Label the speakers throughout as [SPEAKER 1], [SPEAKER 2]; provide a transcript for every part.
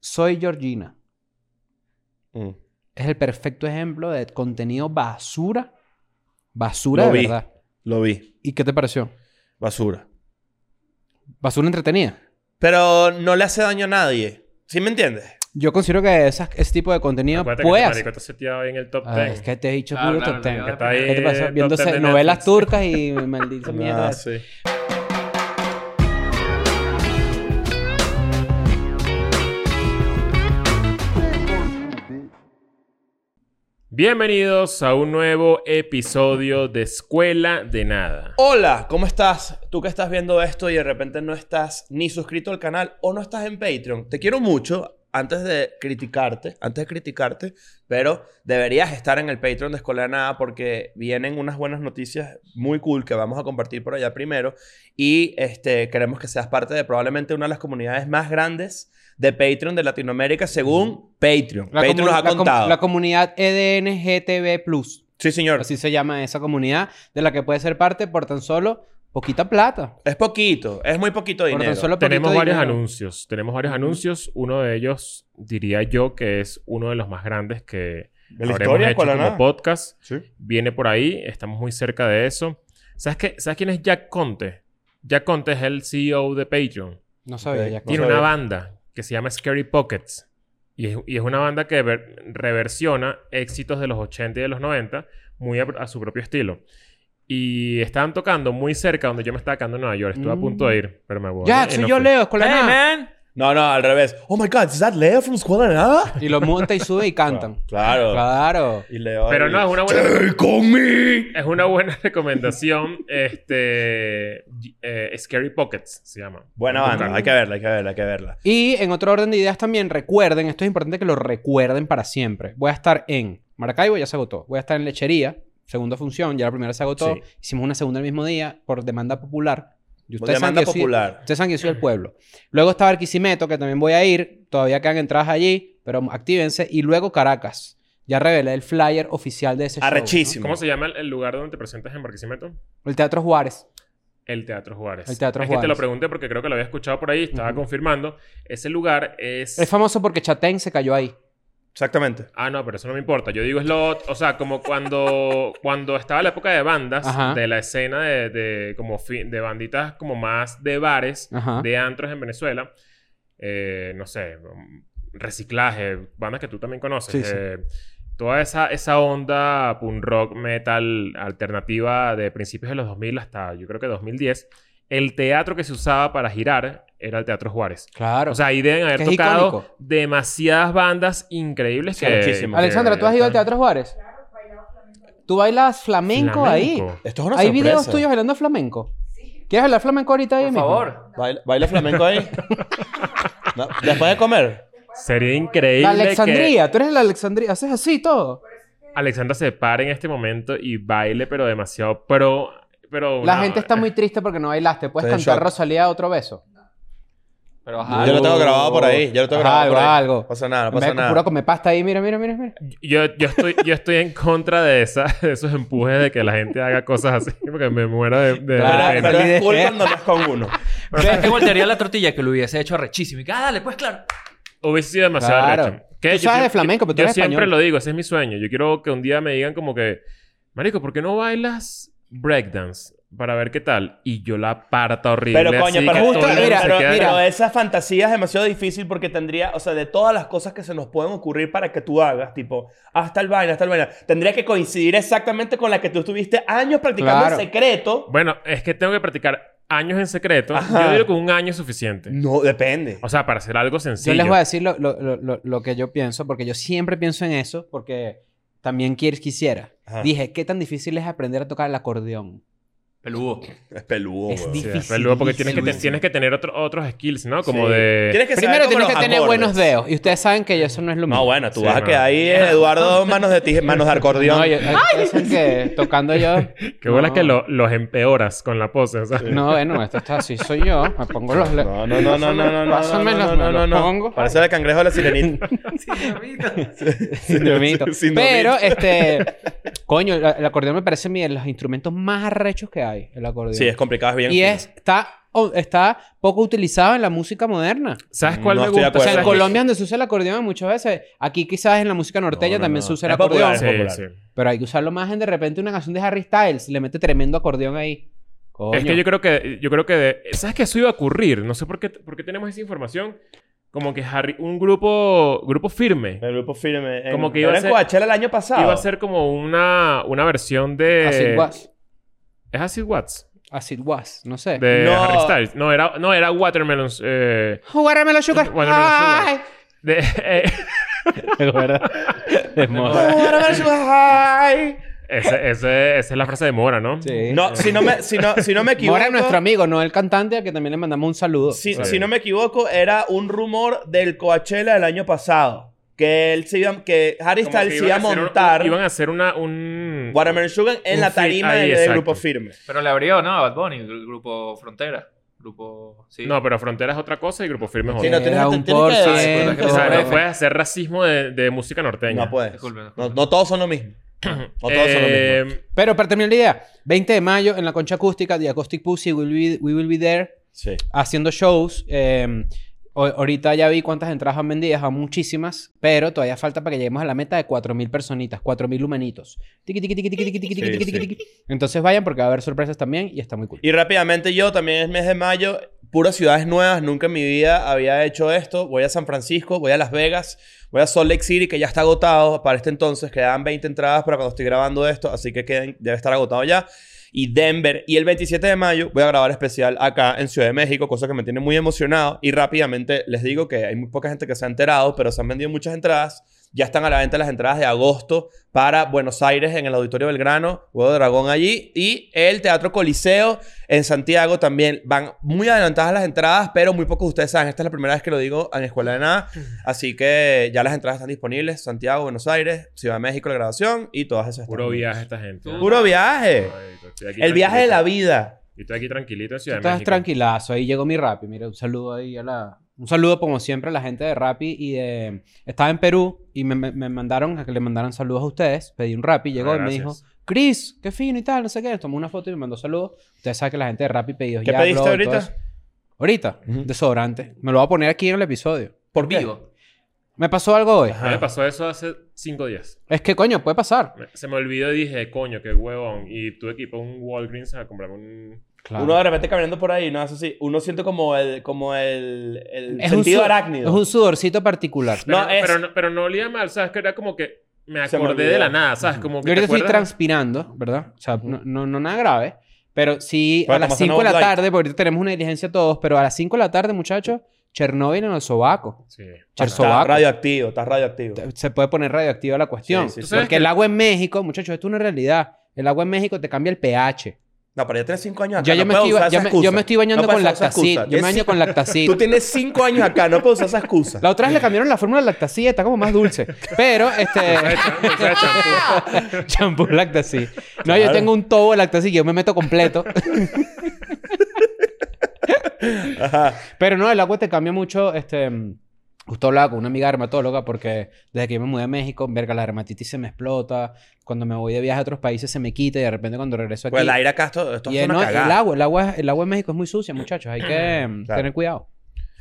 [SPEAKER 1] Soy Georgina.
[SPEAKER 2] Mm.
[SPEAKER 1] Es el perfecto ejemplo de contenido basura. Basura
[SPEAKER 2] Lo
[SPEAKER 1] de
[SPEAKER 2] vi.
[SPEAKER 1] verdad.
[SPEAKER 2] Lo vi.
[SPEAKER 1] ¿Y qué te pareció?
[SPEAKER 2] Basura.
[SPEAKER 1] Basura entretenida.
[SPEAKER 2] Pero no le hace daño a nadie. ¿Sí me entiendes?
[SPEAKER 1] Yo considero que esas- ese tipo de contenido
[SPEAKER 3] Acuérdate que
[SPEAKER 1] puede
[SPEAKER 3] este
[SPEAKER 1] hacer-
[SPEAKER 3] marico está seteado ahí en el top 10.
[SPEAKER 1] Ah, es que te he dicho
[SPEAKER 4] Claro,
[SPEAKER 1] puro
[SPEAKER 4] claro,
[SPEAKER 1] top ten.
[SPEAKER 4] claro.
[SPEAKER 3] Que está ahí
[SPEAKER 1] ¿Qué te pasó?
[SPEAKER 3] top
[SPEAKER 1] Viéndose
[SPEAKER 3] 10 de
[SPEAKER 1] novelas
[SPEAKER 3] Netflix.
[SPEAKER 1] turcas y maldita mierda.
[SPEAKER 2] Ah, sí.
[SPEAKER 3] Bienvenidos a un nuevo episodio de Escuela de Nada.
[SPEAKER 2] Hola, ¿cómo estás? Tú que estás viendo esto y de repente no estás ni suscrito al canal o no estás en Patreon. Te quiero mucho antes de criticarte, antes de criticarte, pero deberías estar en el Patreon de Escuela de Nada porque vienen unas buenas noticias muy cool que vamos a compartir por allá primero y este, queremos que seas parte de probablemente una de las comunidades más grandes de Patreon de Latinoamérica según Patreon.
[SPEAKER 1] La
[SPEAKER 2] Patreon
[SPEAKER 1] comu-
[SPEAKER 2] nos ha
[SPEAKER 1] la com-
[SPEAKER 2] contado.
[SPEAKER 1] la comunidad E EDNGTB Plus.
[SPEAKER 2] sí, señor.
[SPEAKER 1] Así se llama esa comunidad de la que puedes ser parte por tan solo poquita plata.
[SPEAKER 2] Es poquito, es muy poquito
[SPEAKER 1] Por
[SPEAKER 2] dinero.
[SPEAKER 1] tan solo poquito
[SPEAKER 3] Tenemos varios
[SPEAKER 1] dinero.
[SPEAKER 3] anuncios. Tenemos varios anuncios. Uno de ellos, diría yo, que es uno de los más grandes que
[SPEAKER 2] ¿De la
[SPEAKER 3] habremos
[SPEAKER 2] historia de
[SPEAKER 3] hecho
[SPEAKER 2] Escuela de
[SPEAKER 3] como
[SPEAKER 2] Nada?
[SPEAKER 3] podcast.
[SPEAKER 2] Sí.
[SPEAKER 3] Viene por ahí. Estamos muy cerca de eso. ¿Sabes, qué? ¿Sabes quién es Jack Conte? Jack Conte es el CEO de Patreon.
[SPEAKER 1] No sabía
[SPEAKER 2] Ok.
[SPEAKER 1] ya.
[SPEAKER 2] No
[SPEAKER 3] Tiene
[SPEAKER 2] sabía.
[SPEAKER 3] una banda que se llama Scary Pockets. Y es, y es una banda que ver- reversiona éxitos de los 80 y de los 90 muy a, a su propio estilo. Y estaban tocando muy cerca donde yo me estaba quedando en Nueva York. Estuve a punto
[SPEAKER 2] Mm.
[SPEAKER 3] de ir, pero me voy.
[SPEAKER 1] Ya, soy yo Leo, escuela de nada.
[SPEAKER 2] No, no, al revés. Oh my god, is that Leo from Escuela de Nada?
[SPEAKER 1] Y lo monta y sube y cantan.
[SPEAKER 2] Claro.
[SPEAKER 1] Claro.
[SPEAKER 2] Y Leo.
[SPEAKER 3] Pero no, es una buena-
[SPEAKER 2] ¡Take on me!
[SPEAKER 3] Es una buena recomendación. este. eh, Scary Pockets se llama.
[SPEAKER 2] Buena
[SPEAKER 3] Pueden
[SPEAKER 2] banda,
[SPEAKER 3] buscarlo.
[SPEAKER 2] hay que verla, hay que verla, hay que verla.
[SPEAKER 1] Y en otro orden de ideas también, recuerden, esto es importante que lo recuerden para siempre. Voy a estar en Maracaibo, ya se agotó. Voy a estar en Lechería, segunda función, ya la primera se agotó.
[SPEAKER 2] Sí.
[SPEAKER 1] Hicimos una segunda el mismo día por demanda popular. Y
[SPEAKER 2] Por
[SPEAKER 1] ustedes saben
[SPEAKER 2] demanda
[SPEAKER 1] que yo soy-
[SPEAKER 2] popular.
[SPEAKER 1] ustedes saben que yo soy el pueblo. Luego está Barquisimeto, que también voy a ir. Todavía quedan entradas allí, pero actívense. Y luego Caracas. Ya revelé el flyer oficial de ese show.
[SPEAKER 2] Arrechísimo.
[SPEAKER 3] ¿Cómo se llama el, el lugar donde te presentas en Barquisimeto?
[SPEAKER 1] ¿no? El Teatro Juárez.
[SPEAKER 3] El Teatro Juárez.
[SPEAKER 1] El Teatro
[SPEAKER 3] es que
[SPEAKER 1] Juárez.
[SPEAKER 3] te lo pregunté porque creo que lo había escuchado por ahí, estaba
[SPEAKER 1] Ujú.
[SPEAKER 3] confirmando. Ese lugar es.
[SPEAKER 1] Es famoso porque Chatén se cayó ahí.
[SPEAKER 2] Exactamente.
[SPEAKER 3] Ah, no, pero eso no me importa. Yo digo es lo... O sea, como cuando, cuando estaba la época de bandas,
[SPEAKER 1] Ajá.
[SPEAKER 3] de la escena de, de como fi- de banditas como más de bares,
[SPEAKER 1] Ajá.
[SPEAKER 3] de antros en Venezuela. eh, no sé, um, reciclaje, bandas que tú también conoces.
[SPEAKER 1] Sí, sí.
[SPEAKER 3] eh, Toda esa, esa onda punk rock, metal, alternativa de principios de los 2000 hasta yo creo que 2010. El teatro que se usaba para girar era el Teatro Juárez.
[SPEAKER 1] Claro.
[SPEAKER 3] O sea, ahí deben haber
[SPEAKER 1] Que es
[SPEAKER 3] tocado
[SPEAKER 1] icónico.
[SPEAKER 3] demasiadas bandas increíbles
[SPEAKER 2] Sí,
[SPEAKER 3] que...
[SPEAKER 2] muchísimas.
[SPEAKER 3] que-
[SPEAKER 1] Alexandra, ¿tú has ido al Teatro Juárez? ¿Tú bailas flamenco, ahí?
[SPEAKER 2] Esto es una
[SPEAKER 1] ¿Hay
[SPEAKER 2] sorpresa.
[SPEAKER 1] videos tuyos bailando flamenco? ¿Quieres bailar flamenco ahorita ahí
[SPEAKER 4] Por
[SPEAKER 1] mismo?
[SPEAKER 4] favor.
[SPEAKER 2] ¿Baila, baila flamenco ahí? No, ¿Después de comer?
[SPEAKER 3] Sería increíble
[SPEAKER 1] La
[SPEAKER 3] Alexandria.
[SPEAKER 1] Alexandría, tú eres la Alexandría, haces así todo.
[SPEAKER 3] que Alexandra se pare en este momento y baile, pero demasiado pro... Pero
[SPEAKER 1] La
[SPEAKER 3] no,
[SPEAKER 1] gente está muy triste porque no bailaste. ¿Puedes
[SPEAKER 2] Estoy en
[SPEAKER 1] cantar
[SPEAKER 2] shock.
[SPEAKER 1] Rosalía otro beso?
[SPEAKER 4] Pero
[SPEAKER 2] Yo lo
[SPEAKER 4] ajá.
[SPEAKER 2] tengo grabado por ahí. Yo lo tengo
[SPEAKER 1] Ajá,
[SPEAKER 2] grabado por
[SPEAKER 1] algo,
[SPEAKER 2] ahí.
[SPEAKER 1] algo.
[SPEAKER 2] Pasa nada,
[SPEAKER 1] En vez
[SPEAKER 2] pasa
[SPEAKER 1] de Puro
[SPEAKER 2] nada.
[SPEAKER 1] come pasta ahí, mira, mira, mira. mira.
[SPEAKER 3] Yo, yo, estoy, yo estoy en contra de, esa, de esos empujes de que la gente haga cosas así, porque me muero de, de
[SPEAKER 2] Pero,
[SPEAKER 1] Claro,
[SPEAKER 3] pena.
[SPEAKER 2] pero es cool
[SPEAKER 1] Olvidé.
[SPEAKER 2] cuando no es con uno.
[SPEAKER 4] ¿Sabes qué voltearía la tortilla? Que lo hubiese hecho arrechísimo. Y que, ah, dale, pues claro.
[SPEAKER 3] Hubiese sido demasiado
[SPEAKER 1] Claro.
[SPEAKER 3] arrecho. ¿Qué?
[SPEAKER 1] Tú
[SPEAKER 3] Yo
[SPEAKER 1] sabes de
[SPEAKER 3] siempre-
[SPEAKER 1] flamenco, pero tú
[SPEAKER 3] Yo
[SPEAKER 1] eres
[SPEAKER 3] siempre
[SPEAKER 1] español.
[SPEAKER 3] lo digo, ese es mi sueño. Yo quiero que un día me digan como que, Marico, ¿por qué no bailas breakdance? Para ver qué tal. Y yo la parta horrible.
[SPEAKER 2] Pero coño,
[SPEAKER 3] así
[SPEAKER 2] pero
[SPEAKER 3] que
[SPEAKER 1] justo-
[SPEAKER 3] todo el mundo
[SPEAKER 1] mira,
[SPEAKER 3] se
[SPEAKER 2] pero,
[SPEAKER 3] queda-
[SPEAKER 2] pero esa fantasía es demasiado difícil porque tendría, o sea, de todas las cosas que se nos pueden ocurrir para que tú hagas, tipo, hasta el vaina, hasta el vaina, tendría que coincidir exactamente con la que tú estuviste años practicando
[SPEAKER 1] Claro.
[SPEAKER 2] en secreto.
[SPEAKER 3] Bueno, es que tengo que practicar años en secreto.
[SPEAKER 2] Ajá.
[SPEAKER 3] Yo digo que un año es suficiente.
[SPEAKER 2] No, depende.
[SPEAKER 3] O sea, para hacer algo sencillo.
[SPEAKER 1] Yo les voy a decir lo, lo- lo- lo- lo que yo pienso, porque yo siempre pienso en eso, porque también quier- quisiera.
[SPEAKER 2] Ajá.
[SPEAKER 1] Dije, ¿qué tan difícil es aprender a tocar el acordeón?
[SPEAKER 4] Peludo.
[SPEAKER 2] Es peludo.
[SPEAKER 1] es
[SPEAKER 2] weón.
[SPEAKER 3] Sí,
[SPEAKER 1] difícil.
[SPEAKER 3] pero luego porque tienes que, te-
[SPEAKER 4] Dificilísimo.
[SPEAKER 3] tienes que tener otro- otros skills, ¿no? Como
[SPEAKER 2] Sí.
[SPEAKER 3] de...
[SPEAKER 2] Tienes que saber
[SPEAKER 1] Primero
[SPEAKER 2] como
[SPEAKER 1] tienes que
[SPEAKER 2] los
[SPEAKER 1] tener
[SPEAKER 2] acordes.
[SPEAKER 1] buenos dedos. Y ustedes saben que eso no es lo mío.
[SPEAKER 2] No, bueno, tú
[SPEAKER 3] Sí,
[SPEAKER 2] vas a
[SPEAKER 3] no.
[SPEAKER 2] quedar ahí, eh, Eduardo, manos de ti, manos de acordeón.
[SPEAKER 1] No, yo, ustedes saben que tocando yo...
[SPEAKER 3] Qué bolas
[SPEAKER 1] No.
[SPEAKER 3] que lo- los empeoras con la pose. o sea.
[SPEAKER 1] No, bueno, esto está así, soy yo. Me pongo los... le-
[SPEAKER 2] No, no, no, no, no, no, no,
[SPEAKER 1] Pásame
[SPEAKER 2] no,
[SPEAKER 1] los-
[SPEAKER 2] no, no,
[SPEAKER 1] los
[SPEAKER 2] no.
[SPEAKER 1] pongo.
[SPEAKER 2] Parece el cangrejo de la sirenita.
[SPEAKER 4] Sí, mamita.
[SPEAKER 1] Sin dormito.
[SPEAKER 2] Sin dormito.
[SPEAKER 1] Pero, este... Coño, el, el acordeón me parece mi- de los instrumentos más arrechos que hay, el acordeón.
[SPEAKER 2] Sí, es complicado, es bien.
[SPEAKER 1] y es, está, o- está poco utilizado en la música moderna.
[SPEAKER 3] ¿Sabes cuál
[SPEAKER 2] No
[SPEAKER 3] me
[SPEAKER 2] estoy de
[SPEAKER 3] gusta?
[SPEAKER 1] O sea, en
[SPEAKER 2] Pues,
[SPEAKER 3] ¿Sabes
[SPEAKER 1] Colombia donde se usa el acordeón muchas veces. Aquí quizás en la música norteña
[SPEAKER 3] No, no,
[SPEAKER 1] también
[SPEAKER 3] no.
[SPEAKER 1] se usa el
[SPEAKER 2] Es popular,
[SPEAKER 1] acordeón.
[SPEAKER 2] es
[SPEAKER 3] cuál?
[SPEAKER 2] Colombia.
[SPEAKER 3] Sí, sí.
[SPEAKER 1] Pero hay que usarlo más en de repente una canción de Harry Styles. Le mete tremendo acordeón ahí. Coño.
[SPEAKER 3] Es que yo creo que... Yo creo que de- ¿Sabes que eso iba a ocurrir? No sé por qué, por qué tenemos esa información. Como que Harry... Un grupo... Grupo firme.
[SPEAKER 2] El grupo firme. En,
[SPEAKER 3] Como que iba
[SPEAKER 2] era
[SPEAKER 3] a
[SPEAKER 2] en
[SPEAKER 3] ser-
[SPEAKER 2] Coachella el año pasado.
[SPEAKER 3] Iba a ser como una... Una versión de...
[SPEAKER 1] As it was.
[SPEAKER 3] ¿Es Acid Watts?
[SPEAKER 1] As it was. Eh, No sé.
[SPEAKER 3] De
[SPEAKER 2] No.
[SPEAKER 3] Harry Styles. No, era... No, era Watermelons... eh,
[SPEAKER 1] Guárdamelo, sugar.
[SPEAKER 3] Guárdamelo, sugar.
[SPEAKER 1] Ay.
[SPEAKER 3] de- eh,
[SPEAKER 1] ¿Te acuerdas? De moda.
[SPEAKER 3] ese- ese- esa es la frase de Mora, ¿no?
[SPEAKER 1] Sí.
[SPEAKER 2] No, si no me, si no, si no me equivoco.
[SPEAKER 1] Mora es nuestro amigo, no el cantante, al que también le mandamos un saludo.
[SPEAKER 2] si,
[SPEAKER 3] Sí.
[SPEAKER 2] si no me equivoco, era un rumor del Coachella del año pasado. Que él se iba, que Harry
[SPEAKER 3] Como que
[SPEAKER 2] Styles se iba
[SPEAKER 3] iban
[SPEAKER 2] a
[SPEAKER 3] hacer un-
[SPEAKER 2] montar
[SPEAKER 3] iban a hacer una... Un...
[SPEAKER 2] Watermelon Sugar en
[SPEAKER 3] un
[SPEAKER 2] la
[SPEAKER 3] fit-
[SPEAKER 2] tarima
[SPEAKER 3] ahí,
[SPEAKER 2] del- del
[SPEAKER 3] exacto.
[SPEAKER 2] grupo firme.
[SPEAKER 4] Pero le abrió, ¿no? A Bad Bunny, el grupo Frontera. Grupo. Sí.
[SPEAKER 3] No, pero Frontera es otra cosa y Grupo Firme es
[SPEAKER 2] Sí,
[SPEAKER 3] otra.
[SPEAKER 2] no, tienes-
[SPEAKER 1] Era un
[SPEAKER 2] tienes
[SPEAKER 1] por
[SPEAKER 2] que-
[SPEAKER 4] Ay,
[SPEAKER 1] ciento.
[SPEAKER 3] o sea,
[SPEAKER 4] pero-
[SPEAKER 3] no puedes hacer racismo de, de música norteña.
[SPEAKER 2] No puedes.
[SPEAKER 4] Disculpen, disculpen.
[SPEAKER 2] No, no todos son lo mismo. No todos son lo mismo.
[SPEAKER 3] Eh,
[SPEAKER 1] Pero para terminar la idea, 20 de mayo en la concha acústica, The Acoustic Pussy, will be, We Will Be There.
[SPEAKER 2] Sí.
[SPEAKER 1] haciendo shows. eh, ho- ahorita ya vi cuántas entradas han vendidas, a muchísimas, pero todavía falta para que lleguemos a la meta de 4.000 personitas, 4.000 humanitos. Tiqui, tiqui, tiqui, tiqui, tiqui, tiqui, tiqui,
[SPEAKER 2] Sí,
[SPEAKER 1] tiqui,
[SPEAKER 2] sí.
[SPEAKER 1] tiqui. Entonces vayan porque va a haber sorpresas también y está muy cool.
[SPEAKER 2] Y rápidamente yo, también es mes de mayo, puras ciudades nuevas, nunca en mi vida había hecho esto. Voy a San Francisco, voy a Las Vegas, voy a Salt Lake City, que ya está agotado para este entonces, quedan 20 entradas para cuando estoy grabando esto, así que queden- debe estar agotado ya. Y Denver. Y el 27 de mayo voy a grabar especial acá en Ciudad de México, cosa que me tiene muy emocionado. Y rápidamente les digo que hay muy poca gente que se ha enterado, pero se han vendido muchas entradas. Ya están a la venta las entradas de agosto para Buenos Aires en el Auditorio Belgrano, Huevo de Dragón allí y el Teatro Coliseo en Santiago también. Van muy adelantadas las entradas, pero muy pocos de ustedes saben. Esta es la primera vez que lo digo en Escuela de Nada. Así que ya las entradas están disponibles. Santiago, Buenos Aires, Ciudad de México, la grabación y todas esas.
[SPEAKER 3] puro viaje esta gente. ¿no?
[SPEAKER 2] Puro viaje.
[SPEAKER 3] Marico, estoy aquí
[SPEAKER 2] eh, El viaje de la
[SPEAKER 3] tranquilito.
[SPEAKER 2] vida.
[SPEAKER 3] Y estoy aquí tranquilito en
[SPEAKER 1] Tú
[SPEAKER 3] Ciudad de
[SPEAKER 1] Estás
[SPEAKER 3] México.
[SPEAKER 1] tranquilazo, ahí llegó mi Rappi. Mira, un saludo ahí a la... Un saludo como siempre a la gente de Rappi y de... Estaba en Perú y me, me- me mandaron, a que le mandaran saludos a ustedes. Pedí un Rappi, llegó
[SPEAKER 3] Ah,
[SPEAKER 1] y me dijo,
[SPEAKER 3] gracias.
[SPEAKER 1] Chris, qué fino y tal, no sé qué. Tomó una foto y me mandó saludos. Ustedes saben que la gente de Rappi pedidos
[SPEAKER 2] ¿Qué
[SPEAKER 1] ya,
[SPEAKER 2] pediste
[SPEAKER 1] Globo,
[SPEAKER 2] ahorita?
[SPEAKER 1] todo eso. Ahorita,
[SPEAKER 2] Ujú.
[SPEAKER 1] desodorante. Me lo voy a poner aquí en el episodio.
[SPEAKER 2] ¿Por qué?
[SPEAKER 4] vivo.
[SPEAKER 1] Me pasó algo hoy.
[SPEAKER 3] A mí me pasó eso hace cinco días.
[SPEAKER 1] Es que, coño, puede pasar.
[SPEAKER 3] Me- Se me olvidó y dije, coño, qué huevón. Y tuve que ir para un Walgreens a comprarme un...
[SPEAKER 2] Uno de repente caminando por ahí, no es así. Uno siente como el, como el, el
[SPEAKER 1] Es un
[SPEAKER 2] sentido
[SPEAKER 1] su-
[SPEAKER 2] arácnido.
[SPEAKER 1] Es un sudorcito particular.
[SPEAKER 3] Pero
[SPEAKER 2] No, es-
[SPEAKER 3] pero, no, pero no olía mal, ¿sabes? Que era como que me
[SPEAKER 2] Se me
[SPEAKER 3] acordé
[SPEAKER 2] olvidó.
[SPEAKER 3] de la nada, ¿sabes? Como que
[SPEAKER 1] Yo ahorita
[SPEAKER 3] te
[SPEAKER 1] estoy
[SPEAKER 3] acuerdas-
[SPEAKER 1] transpirando, ¿verdad? O sea, no, no, no nada grave. Pero sí,
[SPEAKER 2] Bueno,
[SPEAKER 1] a las
[SPEAKER 2] tomaste
[SPEAKER 1] 5 de la
[SPEAKER 2] Novolight.
[SPEAKER 1] tarde, porque ahorita tenemos una diligencia todos, pero a las 5 de la tarde, muchachos, Chernóbil en el sobaco.
[SPEAKER 3] Sí.
[SPEAKER 2] Estás
[SPEAKER 1] Chersobaco.
[SPEAKER 2] radioactivo, estás radioactivo.
[SPEAKER 1] Se puede poner radioactiva la cuestión.
[SPEAKER 2] Sí, sí, sí.
[SPEAKER 1] Porque
[SPEAKER 3] ¿Sabes
[SPEAKER 1] el
[SPEAKER 3] qué?
[SPEAKER 1] agua en México, muchachos, esto es una realidad. El agua en México te cambia el pH.
[SPEAKER 2] No, pero ya tienes cinco años acá.
[SPEAKER 1] Ya
[SPEAKER 2] Ah, no
[SPEAKER 1] yo, me
[SPEAKER 2] puedes
[SPEAKER 1] estoy,
[SPEAKER 2] usar esa
[SPEAKER 1] yo, me,
[SPEAKER 2] excusa.
[SPEAKER 1] yo me estoy bañando
[SPEAKER 2] No
[SPEAKER 1] con
[SPEAKER 2] puedes usar esa
[SPEAKER 1] lactacid.
[SPEAKER 2] excusa.
[SPEAKER 1] Yo me baño con lactacid.
[SPEAKER 2] Tú tienes cinco años acá, no puedes usar esa excusa.
[SPEAKER 1] La otra vez le cambiaron la fórmula lactacida, está como más dulce. Pero, este. Champú lactacid. No, yo
[SPEAKER 2] Claro.
[SPEAKER 1] tengo un tobo de lactacid que yo me meto completo.
[SPEAKER 2] Ajá.
[SPEAKER 1] Pero no, el agua te cambia mucho. Este, mm, justo hablaba con una amiga dermatóloga porque desde que yo me mudé a México, verga, la dermatitis se me explota. Cuando me voy de viaje a otros países se me quita y de repente cuando regreso aquí.
[SPEAKER 2] Pues el aire acá, esto, esto
[SPEAKER 1] y
[SPEAKER 2] es
[SPEAKER 1] el,
[SPEAKER 2] una
[SPEAKER 1] no, el
[SPEAKER 2] cagada.
[SPEAKER 1] agua, el agua, el agua en México es muy sucia, muchachos. Hay que mm,
[SPEAKER 2] Claro.
[SPEAKER 1] tener cuidado.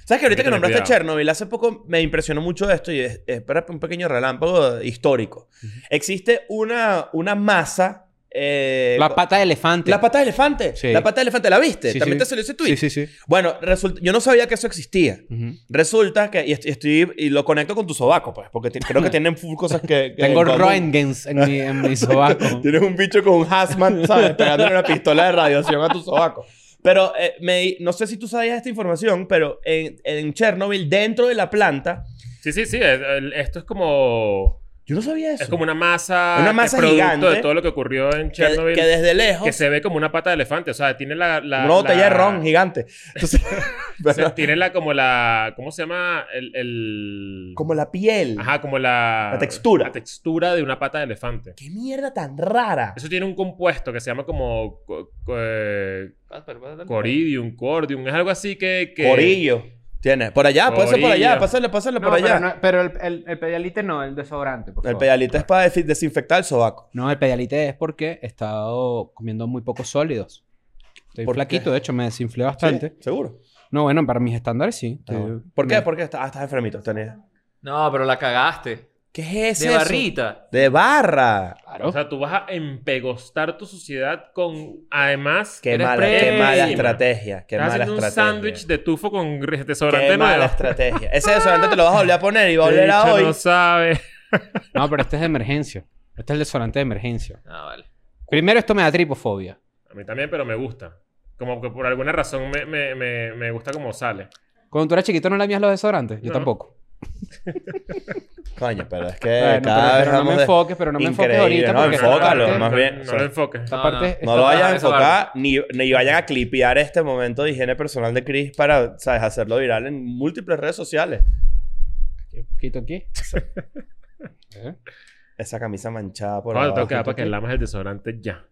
[SPEAKER 2] ¿Sabes que ahorita que
[SPEAKER 3] Hay que tener
[SPEAKER 2] nombraste
[SPEAKER 3] cuidado.
[SPEAKER 2] Chernobyl, hace poco me impresionó mucho esto y es, es para un pequeño relámpago histórico. Existe una, una masa. eh,
[SPEAKER 1] La pata de elefante.
[SPEAKER 2] la pata de elefante.
[SPEAKER 1] Sí.
[SPEAKER 2] La pata de elefante, ¿la viste?
[SPEAKER 1] Sí,
[SPEAKER 2] También
[SPEAKER 1] sí.
[SPEAKER 2] te salió ese tweet.
[SPEAKER 1] Sí, sí, sí.
[SPEAKER 2] Bueno, resulta- yo no sabía que eso existía.
[SPEAKER 1] Ujú.
[SPEAKER 2] Resulta que, y, est- y estoy, y lo conecto con tu sobaco, pues, porque ti- creo que tienen full cosas que. que
[SPEAKER 1] Tengo
[SPEAKER 2] en común.
[SPEAKER 1] Roentgens en mi, en mi sobaco.
[SPEAKER 2] Tienes un bicho con un hazmat, ¿sabes? Pegándole una pistola de radiación a tu sobaco. Pero eh, me di- no sé si tú sabías esta información, pero en, en Chernobyl, dentro de la planta,
[SPEAKER 3] Sí, sí, sí. es- el- Esto es como...
[SPEAKER 2] yo no sabía eso.
[SPEAKER 3] Es como una masa...
[SPEAKER 2] Una masa
[SPEAKER 3] es producto
[SPEAKER 2] gigante
[SPEAKER 3] de todo lo que ocurrió en
[SPEAKER 2] que,
[SPEAKER 3] Chernobyl.
[SPEAKER 2] que
[SPEAKER 3] Que,
[SPEAKER 2] desde lejos,
[SPEAKER 3] se ve como una pata de elefante. O sea, tiene la... la
[SPEAKER 2] una botella
[SPEAKER 3] la-
[SPEAKER 2] de ron gigante. Entonces,
[SPEAKER 3] se-
[SPEAKER 2] pero-
[SPEAKER 3] tiene la como la... ¿Cómo se llama? El... el-
[SPEAKER 2] como la piel.
[SPEAKER 3] Ajá, como la...
[SPEAKER 2] La textura.
[SPEAKER 3] La textura de una pata de elefante.
[SPEAKER 2] ¡Qué mierda tan rara!
[SPEAKER 3] Eso tiene un compuesto que se llama como... co- co- eh,
[SPEAKER 4] Ah, pero-
[SPEAKER 3] coridium, cordium. Es algo así que... que
[SPEAKER 2] Corillo. Tienes. Por allá, puede ser por allá,
[SPEAKER 3] Orilla.
[SPEAKER 2] pásale, pásale por
[SPEAKER 1] pero,
[SPEAKER 2] allá.
[SPEAKER 1] no- pero el, el, el pedialite no, el desodorante, por
[SPEAKER 2] el
[SPEAKER 1] favor.
[SPEAKER 2] pedalito es para desin- desinfectar el sobaco.
[SPEAKER 1] No, el pedialite es porque he estado comiendo muy pocos sólidos. Estoy
[SPEAKER 2] ¿Por
[SPEAKER 1] flaquito,
[SPEAKER 2] qué?
[SPEAKER 1] de hecho, me desinflé
[SPEAKER 2] Sí,
[SPEAKER 1] bastante.
[SPEAKER 2] ¿Seguro?
[SPEAKER 1] No, bueno, para mis estándares sí.
[SPEAKER 2] Ah, bueno.
[SPEAKER 1] Estoy-
[SPEAKER 2] ¿Por qué?
[SPEAKER 1] me-
[SPEAKER 2] ¿Por qué? Está- Ah, estás enfermito. tenés-
[SPEAKER 4] No, pero la cagaste.
[SPEAKER 2] ¿Qué es
[SPEAKER 4] De
[SPEAKER 2] eso?
[SPEAKER 4] barrita.
[SPEAKER 2] De barra.
[SPEAKER 1] Claro.
[SPEAKER 3] O sea, tú vas a empegostar tu suciedad con, además...
[SPEAKER 2] Qué
[SPEAKER 4] Eres
[SPEAKER 2] mala, qué
[SPEAKER 4] prima.
[SPEAKER 2] mala estrategia. Qué
[SPEAKER 3] Estás
[SPEAKER 2] mala
[SPEAKER 3] haciendo un
[SPEAKER 2] estrategia.
[SPEAKER 3] sándwich de tufo con gre-
[SPEAKER 2] Qué
[SPEAKER 3] desodorante nuevo.
[SPEAKER 2] mala estrategia. Ese desodorante te lo vas a volver a poner y va a
[SPEAKER 3] Este
[SPEAKER 2] volver a
[SPEAKER 3] bicho
[SPEAKER 2] hoy.
[SPEAKER 3] no sabe.
[SPEAKER 1] No, pero este es de emergencia. Este es el desodorante de emergencia.
[SPEAKER 4] No, vale.
[SPEAKER 1] Primero, esto me da tripofobia.
[SPEAKER 3] A mí también, pero me gusta. Como que por alguna razón me, me, me, me gusta como sale.
[SPEAKER 1] Cuando tú eras chiquito no lamías los desodorantes. Yo
[SPEAKER 3] No.
[SPEAKER 1] tampoco.
[SPEAKER 2] Coño, pero es que
[SPEAKER 1] Bueno, pero,
[SPEAKER 2] Eh, cada
[SPEAKER 1] pero
[SPEAKER 2] vez
[SPEAKER 1] no me
[SPEAKER 2] vamos de-
[SPEAKER 1] enfoques, pero no me enfoques
[SPEAKER 2] Increíble,
[SPEAKER 1] ahorita.
[SPEAKER 2] no,
[SPEAKER 1] porque esta
[SPEAKER 2] enfócalo,
[SPEAKER 1] parte-
[SPEAKER 2] más
[SPEAKER 3] no,
[SPEAKER 2] bien,
[SPEAKER 3] no
[SPEAKER 2] o sea,
[SPEAKER 3] lo enfoques.
[SPEAKER 1] Esta
[SPEAKER 4] No,
[SPEAKER 1] parte,
[SPEAKER 4] no.
[SPEAKER 1] esta
[SPEAKER 2] No lo vayan a
[SPEAKER 4] Eso
[SPEAKER 2] enfocar ni, ni vayan a clipear este momento de higiene personal de Chris para ¿sabes? hacerlo viral en múltiples redes sociales.
[SPEAKER 1] Quito aquí. ¿Eh?
[SPEAKER 2] Esa camisa manchada por
[SPEAKER 3] Ahora te tengo
[SPEAKER 2] abajo,
[SPEAKER 3] que dar para que
[SPEAKER 2] ¿tú?
[SPEAKER 3] lamas el desodorante ya.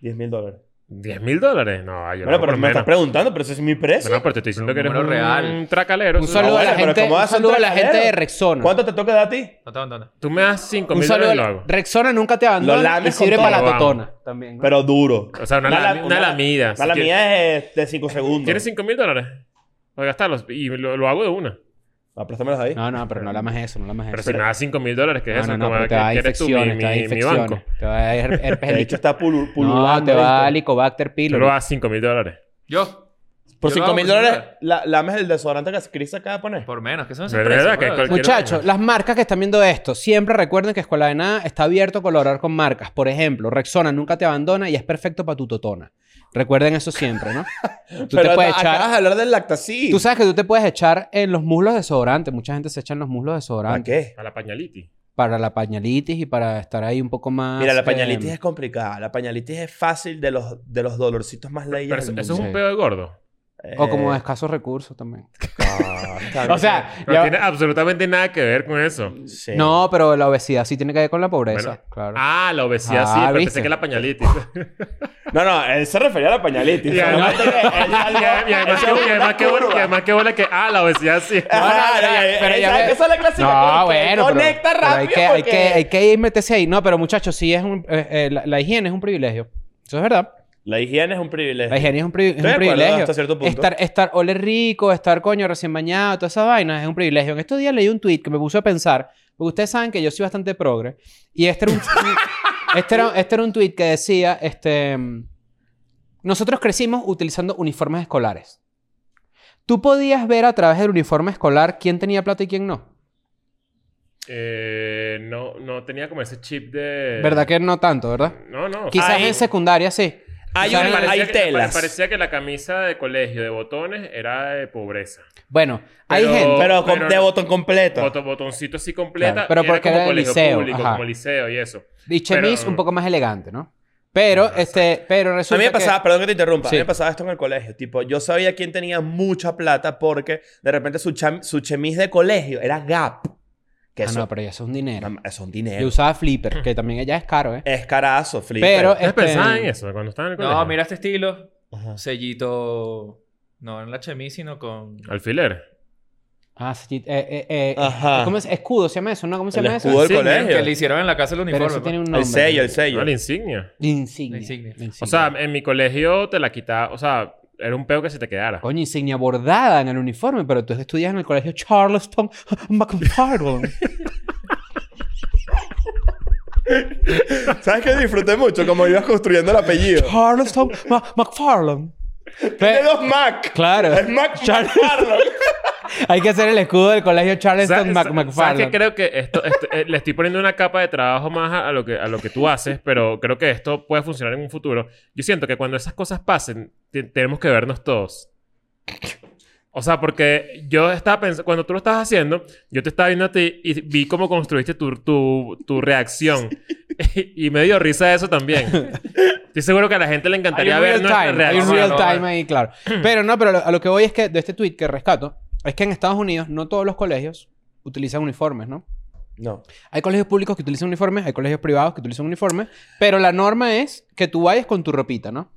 [SPEAKER 2] 10 mil dólares.
[SPEAKER 3] ¿10 mil dólares? No, yo
[SPEAKER 2] Bueno,
[SPEAKER 3] no por
[SPEAKER 2] pero me estás
[SPEAKER 3] menos.
[SPEAKER 2] preguntando, pero ese es mi precio.
[SPEAKER 3] Bueno, pero te estoy diciendo que
[SPEAKER 4] Pero
[SPEAKER 3] eres
[SPEAKER 4] un
[SPEAKER 3] un,
[SPEAKER 4] número real.
[SPEAKER 3] tracalero.
[SPEAKER 1] Un saludo
[SPEAKER 2] bueno,
[SPEAKER 1] a la
[SPEAKER 2] pero
[SPEAKER 1] gente,
[SPEAKER 2] ¿cómo
[SPEAKER 1] un
[SPEAKER 2] vas a
[SPEAKER 1] saludo a la
[SPEAKER 2] entrar
[SPEAKER 1] gente de
[SPEAKER 2] primero?
[SPEAKER 1] Rexona.
[SPEAKER 2] ¿Cuánto te toca de a ti?
[SPEAKER 4] No te abandones.
[SPEAKER 3] Tú me das 5
[SPEAKER 1] Un
[SPEAKER 3] mil
[SPEAKER 1] saludo.
[SPEAKER 3] dólares
[SPEAKER 1] a
[SPEAKER 3] y lo
[SPEAKER 1] la-
[SPEAKER 3] hago.
[SPEAKER 1] Rexona nunca te abandona y
[SPEAKER 2] lames
[SPEAKER 1] sirve
[SPEAKER 2] con
[SPEAKER 1] para
[SPEAKER 3] todo.
[SPEAKER 1] la totona. También. ¿no?
[SPEAKER 2] Pero duro.
[SPEAKER 3] O sea, una,
[SPEAKER 2] Una la-
[SPEAKER 3] lami-
[SPEAKER 2] una-
[SPEAKER 3] una lamida.
[SPEAKER 2] La
[SPEAKER 3] Si quieres-
[SPEAKER 2] mía es de 5 segundos.
[SPEAKER 3] ¿Tienes 5 mil dólares? Voy a gastarlos. Y lo, lo hago de una.
[SPEAKER 2] Ah, préstamelos ahí.
[SPEAKER 1] No, no, pero no lamas eso, no lamas
[SPEAKER 3] Pero
[SPEAKER 1] eso.
[SPEAKER 3] si me das 5 mil dólares, ¿qué es
[SPEAKER 1] no,
[SPEAKER 3] eso?
[SPEAKER 1] no, no,
[SPEAKER 3] Como
[SPEAKER 1] pero te
[SPEAKER 3] que-
[SPEAKER 1] va a
[SPEAKER 3] que eres tú, mi-
[SPEAKER 1] infecciones, te va a
[SPEAKER 3] mi- mi banco.
[SPEAKER 1] infecciones. Te va a her- herpes
[SPEAKER 2] De hecho,
[SPEAKER 1] helícola.
[SPEAKER 2] está pulu- pululando.
[SPEAKER 1] No, te va a
[SPEAKER 2] ¿viste?
[SPEAKER 1] Helicobacter
[SPEAKER 3] Tú lo
[SPEAKER 1] pylori.
[SPEAKER 3] das 5 mil dólares.
[SPEAKER 4] Yo.
[SPEAKER 2] Por
[SPEAKER 4] Yo
[SPEAKER 2] 5
[SPEAKER 4] lo
[SPEAKER 2] mil
[SPEAKER 4] hago por
[SPEAKER 2] dólares,
[SPEAKER 4] celular.
[SPEAKER 2] la- lames el desodorante que Chris acaba de poner.
[SPEAKER 4] Por menos, que son
[SPEAKER 3] ¿Verdad
[SPEAKER 4] sorpresas,
[SPEAKER 3] que
[SPEAKER 4] brother.
[SPEAKER 3] cualquier-
[SPEAKER 1] Muchachos, las marcas que están viendo esto, siempre recuerden que Escuela de Nada está abierto a colaborar con marcas. Por ejemplo, Rexona nunca te abandona y es perfecto para tu totona. Recuerden eso siempre, ¿no? Tú
[SPEAKER 2] Pero
[SPEAKER 1] te puedes
[SPEAKER 2] a- acabas
[SPEAKER 1] echar.
[SPEAKER 2] de hablar del lactacid.
[SPEAKER 1] Tú sabes que tú te puedes echar en los muslos desodorante. Mucha gente se echa en los muslos
[SPEAKER 2] ¿Para
[SPEAKER 1] desodorante.
[SPEAKER 2] qué?
[SPEAKER 3] A la pañaliti.
[SPEAKER 1] Para la pañalitis y para estar ahí un poco más.
[SPEAKER 2] Mira, la
[SPEAKER 1] eh,
[SPEAKER 2] pañalitis es complicada. La pañalitis es fácil de los, de los dolorcitos más leyes.
[SPEAKER 3] Pero eso,
[SPEAKER 2] del
[SPEAKER 3] eso es
[SPEAKER 2] mundo.
[SPEAKER 3] un pedo de gordo.
[SPEAKER 1] O como de
[SPEAKER 2] Eh,
[SPEAKER 1] escasos recursos también.
[SPEAKER 2] ah, está
[SPEAKER 1] O sea,
[SPEAKER 3] No
[SPEAKER 1] ya-
[SPEAKER 3] tiene absolutamente nada que ver con eso.
[SPEAKER 2] bien. Sí.
[SPEAKER 1] no, pero la obesidad sí tiene que ver con la pobreza.
[SPEAKER 3] Bueno,
[SPEAKER 1] claro.
[SPEAKER 3] Ah, la obesidad sí,
[SPEAKER 1] Ah,
[SPEAKER 3] pero
[SPEAKER 1] ¿viste?
[SPEAKER 3] pensé que la pañalitis.
[SPEAKER 2] No, no, él se refería a la pañalitis.
[SPEAKER 3] Y
[SPEAKER 2] Nada
[SPEAKER 3] además-
[SPEAKER 2] más que él
[SPEAKER 3] y
[SPEAKER 2] salió-
[SPEAKER 3] además
[SPEAKER 2] él
[SPEAKER 3] que-
[SPEAKER 2] salió
[SPEAKER 3] y además
[SPEAKER 2] una
[SPEAKER 3] que bola-
[SPEAKER 2] curva.
[SPEAKER 3] y además que bola que. Ah, la obesidad sí.
[SPEAKER 2] Ajá,
[SPEAKER 1] Bueno,
[SPEAKER 2] ya- ya-
[SPEAKER 1] pero ya
[SPEAKER 2] ¿sabes
[SPEAKER 1] ve-
[SPEAKER 2] que esa es la clásica
[SPEAKER 1] No,
[SPEAKER 2] que- que
[SPEAKER 1] bueno, pero-
[SPEAKER 2] conecta
[SPEAKER 1] pero hay
[SPEAKER 2] rápido
[SPEAKER 1] que, hay, que,
[SPEAKER 2] porque-
[SPEAKER 1] hay que ir meterse ahí. No, pero muchachos, sí es un, eh, eh, la, la higiene es un privilegio. Eso es verdad.
[SPEAKER 2] La higiene es un privilegio.
[SPEAKER 1] La higiene es un, privi- es
[SPEAKER 2] Estoy
[SPEAKER 1] un
[SPEAKER 2] de acuerdo
[SPEAKER 1] privilegio.
[SPEAKER 2] pues, hasta cierto punto.
[SPEAKER 1] Estar, estar oler rico, estar coño recién bañado, todas esas vainas es un privilegio. En estos días leí un tweet que me puso a pensar, porque ustedes saben que yo soy bastante progre, y este era un, este era, este era un tweet que decía, este, nosotros crecimos utilizando uniformes escolares. Tú podías ver a través del uniforme escolar quién tenía plata y quién no.
[SPEAKER 3] Eh, no, no tenía como ese chip de.
[SPEAKER 1] ¿Verdad que no tanto, verdad?
[SPEAKER 3] No, no.
[SPEAKER 1] Quizás
[SPEAKER 2] Hay-
[SPEAKER 1] en secundaria sí.
[SPEAKER 2] Hay,
[SPEAKER 1] Quizás
[SPEAKER 2] un-
[SPEAKER 1] en-
[SPEAKER 3] Parecía
[SPEAKER 2] hay
[SPEAKER 3] que-
[SPEAKER 2] telas.
[SPEAKER 3] Parecía que la camisa de colegio de botones era de pobreza.
[SPEAKER 1] Bueno, hay
[SPEAKER 3] Pero-
[SPEAKER 1] gente.
[SPEAKER 2] Pero, con-
[SPEAKER 3] Pero-
[SPEAKER 2] de botón completo.
[SPEAKER 3] Boto- botoncito así completa.
[SPEAKER 1] Claro, pero
[SPEAKER 3] era
[SPEAKER 1] porque
[SPEAKER 3] como
[SPEAKER 1] era de
[SPEAKER 3] colegio
[SPEAKER 1] liceo,
[SPEAKER 3] público,
[SPEAKER 1] ajá.
[SPEAKER 3] como liceo y eso.
[SPEAKER 1] Y chemis
[SPEAKER 3] pero-
[SPEAKER 1] un poco más elegante, ¿no? Pero, este, pero resulta
[SPEAKER 2] A mí me
[SPEAKER 1] que-
[SPEAKER 2] pasaba, perdón que te interrumpa,
[SPEAKER 1] Sí.
[SPEAKER 2] a mí me pasaba esto en el colegio. Tipo, yo sabía quién tenía mucha plata porque de repente su, cham- su chemis de colegio era Gap. Que
[SPEAKER 1] Ah,
[SPEAKER 2] eso,
[SPEAKER 1] no, pero ya eso es un dinero.
[SPEAKER 2] mam- eso es un
[SPEAKER 1] Yo
[SPEAKER 2] dinero.
[SPEAKER 1] usaba flipper, que también ella es caro, ¿eh?
[SPEAKER 2] Es carazo, flip.
[SPEAKER 1] Pero-
[SPEAKER 3] ¿Ustedes
[SPEAKER 1] Este-
[SPEAKER 3] pensaban en
[SPEAKER 4] ¿eh?
[SPEAKER 3] eso cuando estaban en el colegio?
[SPEAKER 4] No, mira este estilo.
[SPEAKER 2] Ajá.
[SPEAKER 4] Sellito. No en la chemise, sino con.
[SPEAKER 3] Alfiler.
[SPEAKER 1] Ah, sí, eh, eh, eh,
[SPEAKER 2] Ajá.
[SPEAKER 1] ¿Cómo es? Escudo, se llama eso, ¿no? ¿Cómo se
[SPEAKER 2] El
[SPEAKER 1] llama eso?
[SPEAKER 2] escudo del
[SPEAKER 3] Insignia,
[SPEAKER 4] Que le
[SPEAKER 2] colegio.
[SPEAKER 4] hicieron en la casa el
[SPEAKER 1] Pero
[SPEAKER 4] uniforme.
[SPEAKER 1] eso tiene
[SPEAKER 4] pues.
[SPEAKER 1] un nombre.
[SPEAKER 2] El sello, el sello.
[SPEAKER 3] No, la insignia.
[SPEAKER 1] Insignia.
[SPEAKER 4] La insignia.
[SPEAKER 3] O sea, en mi colegio te la quitaba. O sea, era un peo que se te quedara.
[SPEAKER 1] Coño, insignia bordada en el uniforme, pero tú estudias en el colegio Charleston McFarland.
[SPEAKER 2] ¿Sabes qué disfruté mucho? Como ibas construyendo el apellido.
[SPEAKER 1] Charleston Ma- McFarland.
[SPEAKER 2] Tiene
[SPEAKER 1] Pero-
[SPEAKER 2] dos Mac.
[SPEAKER 1] claro.
[SPEAKER 2] Es Mac
[SPEAKER 1] Char-
[SPEAKER 2] Carlos.
[SPEAKER 1] Hay que hacer el escudo del colegio Charleston
[SPEAKER 3] ¿Sabes-
[SPEAKER 1] Mac-
[SPEAKER 3] sabes- ¿Sabes
[SPEAKER 1] McFarland.
[SPEAKER 3] que creo que esto, esto- eh, le estoy poniendo una capa de trabajo más a, a lo que, a lo que tú haces, pero creo que esto puede funcionar en un futuro. Yo siento que cuando esas cosas pasen, te- tenemos que vernos todos. O sea, porque yo estaba pensando, cuando tú lo estabas haciendo, yo te estaba viendo a ti y vi cómo construiste tu, tu, tu reacción. y me dio risa eso también. Estoy seguro que a la gente le
[SPEAKER 1] Hay
[SPEAKER 3] encantaría
[SPEAKER 1] un
[SPEAKER 3] ver
[SPEAKER 1] real
[SPEAKER 3] nuestra
[SPEAKER 1] time, hay un
[SPEAKER 3] reacción.
[SPEAKER 1] real
[SPEAKER 3] ¿no?
[SPEAKER 1] time ahí, claro. Pero no, pero lo- a lo que voy es que de este tweet que rescato, es que en Estados Unidos no todos los colegios utilizan uniformes, ¿no?
[SPEAKER 2] No.
[SPEAKER 1] Hay colegios públicos que utilizan uniformes, hay colegios privados que utilizan uniformes, pero la norma es que tú vayas con tu ropita, ¿no?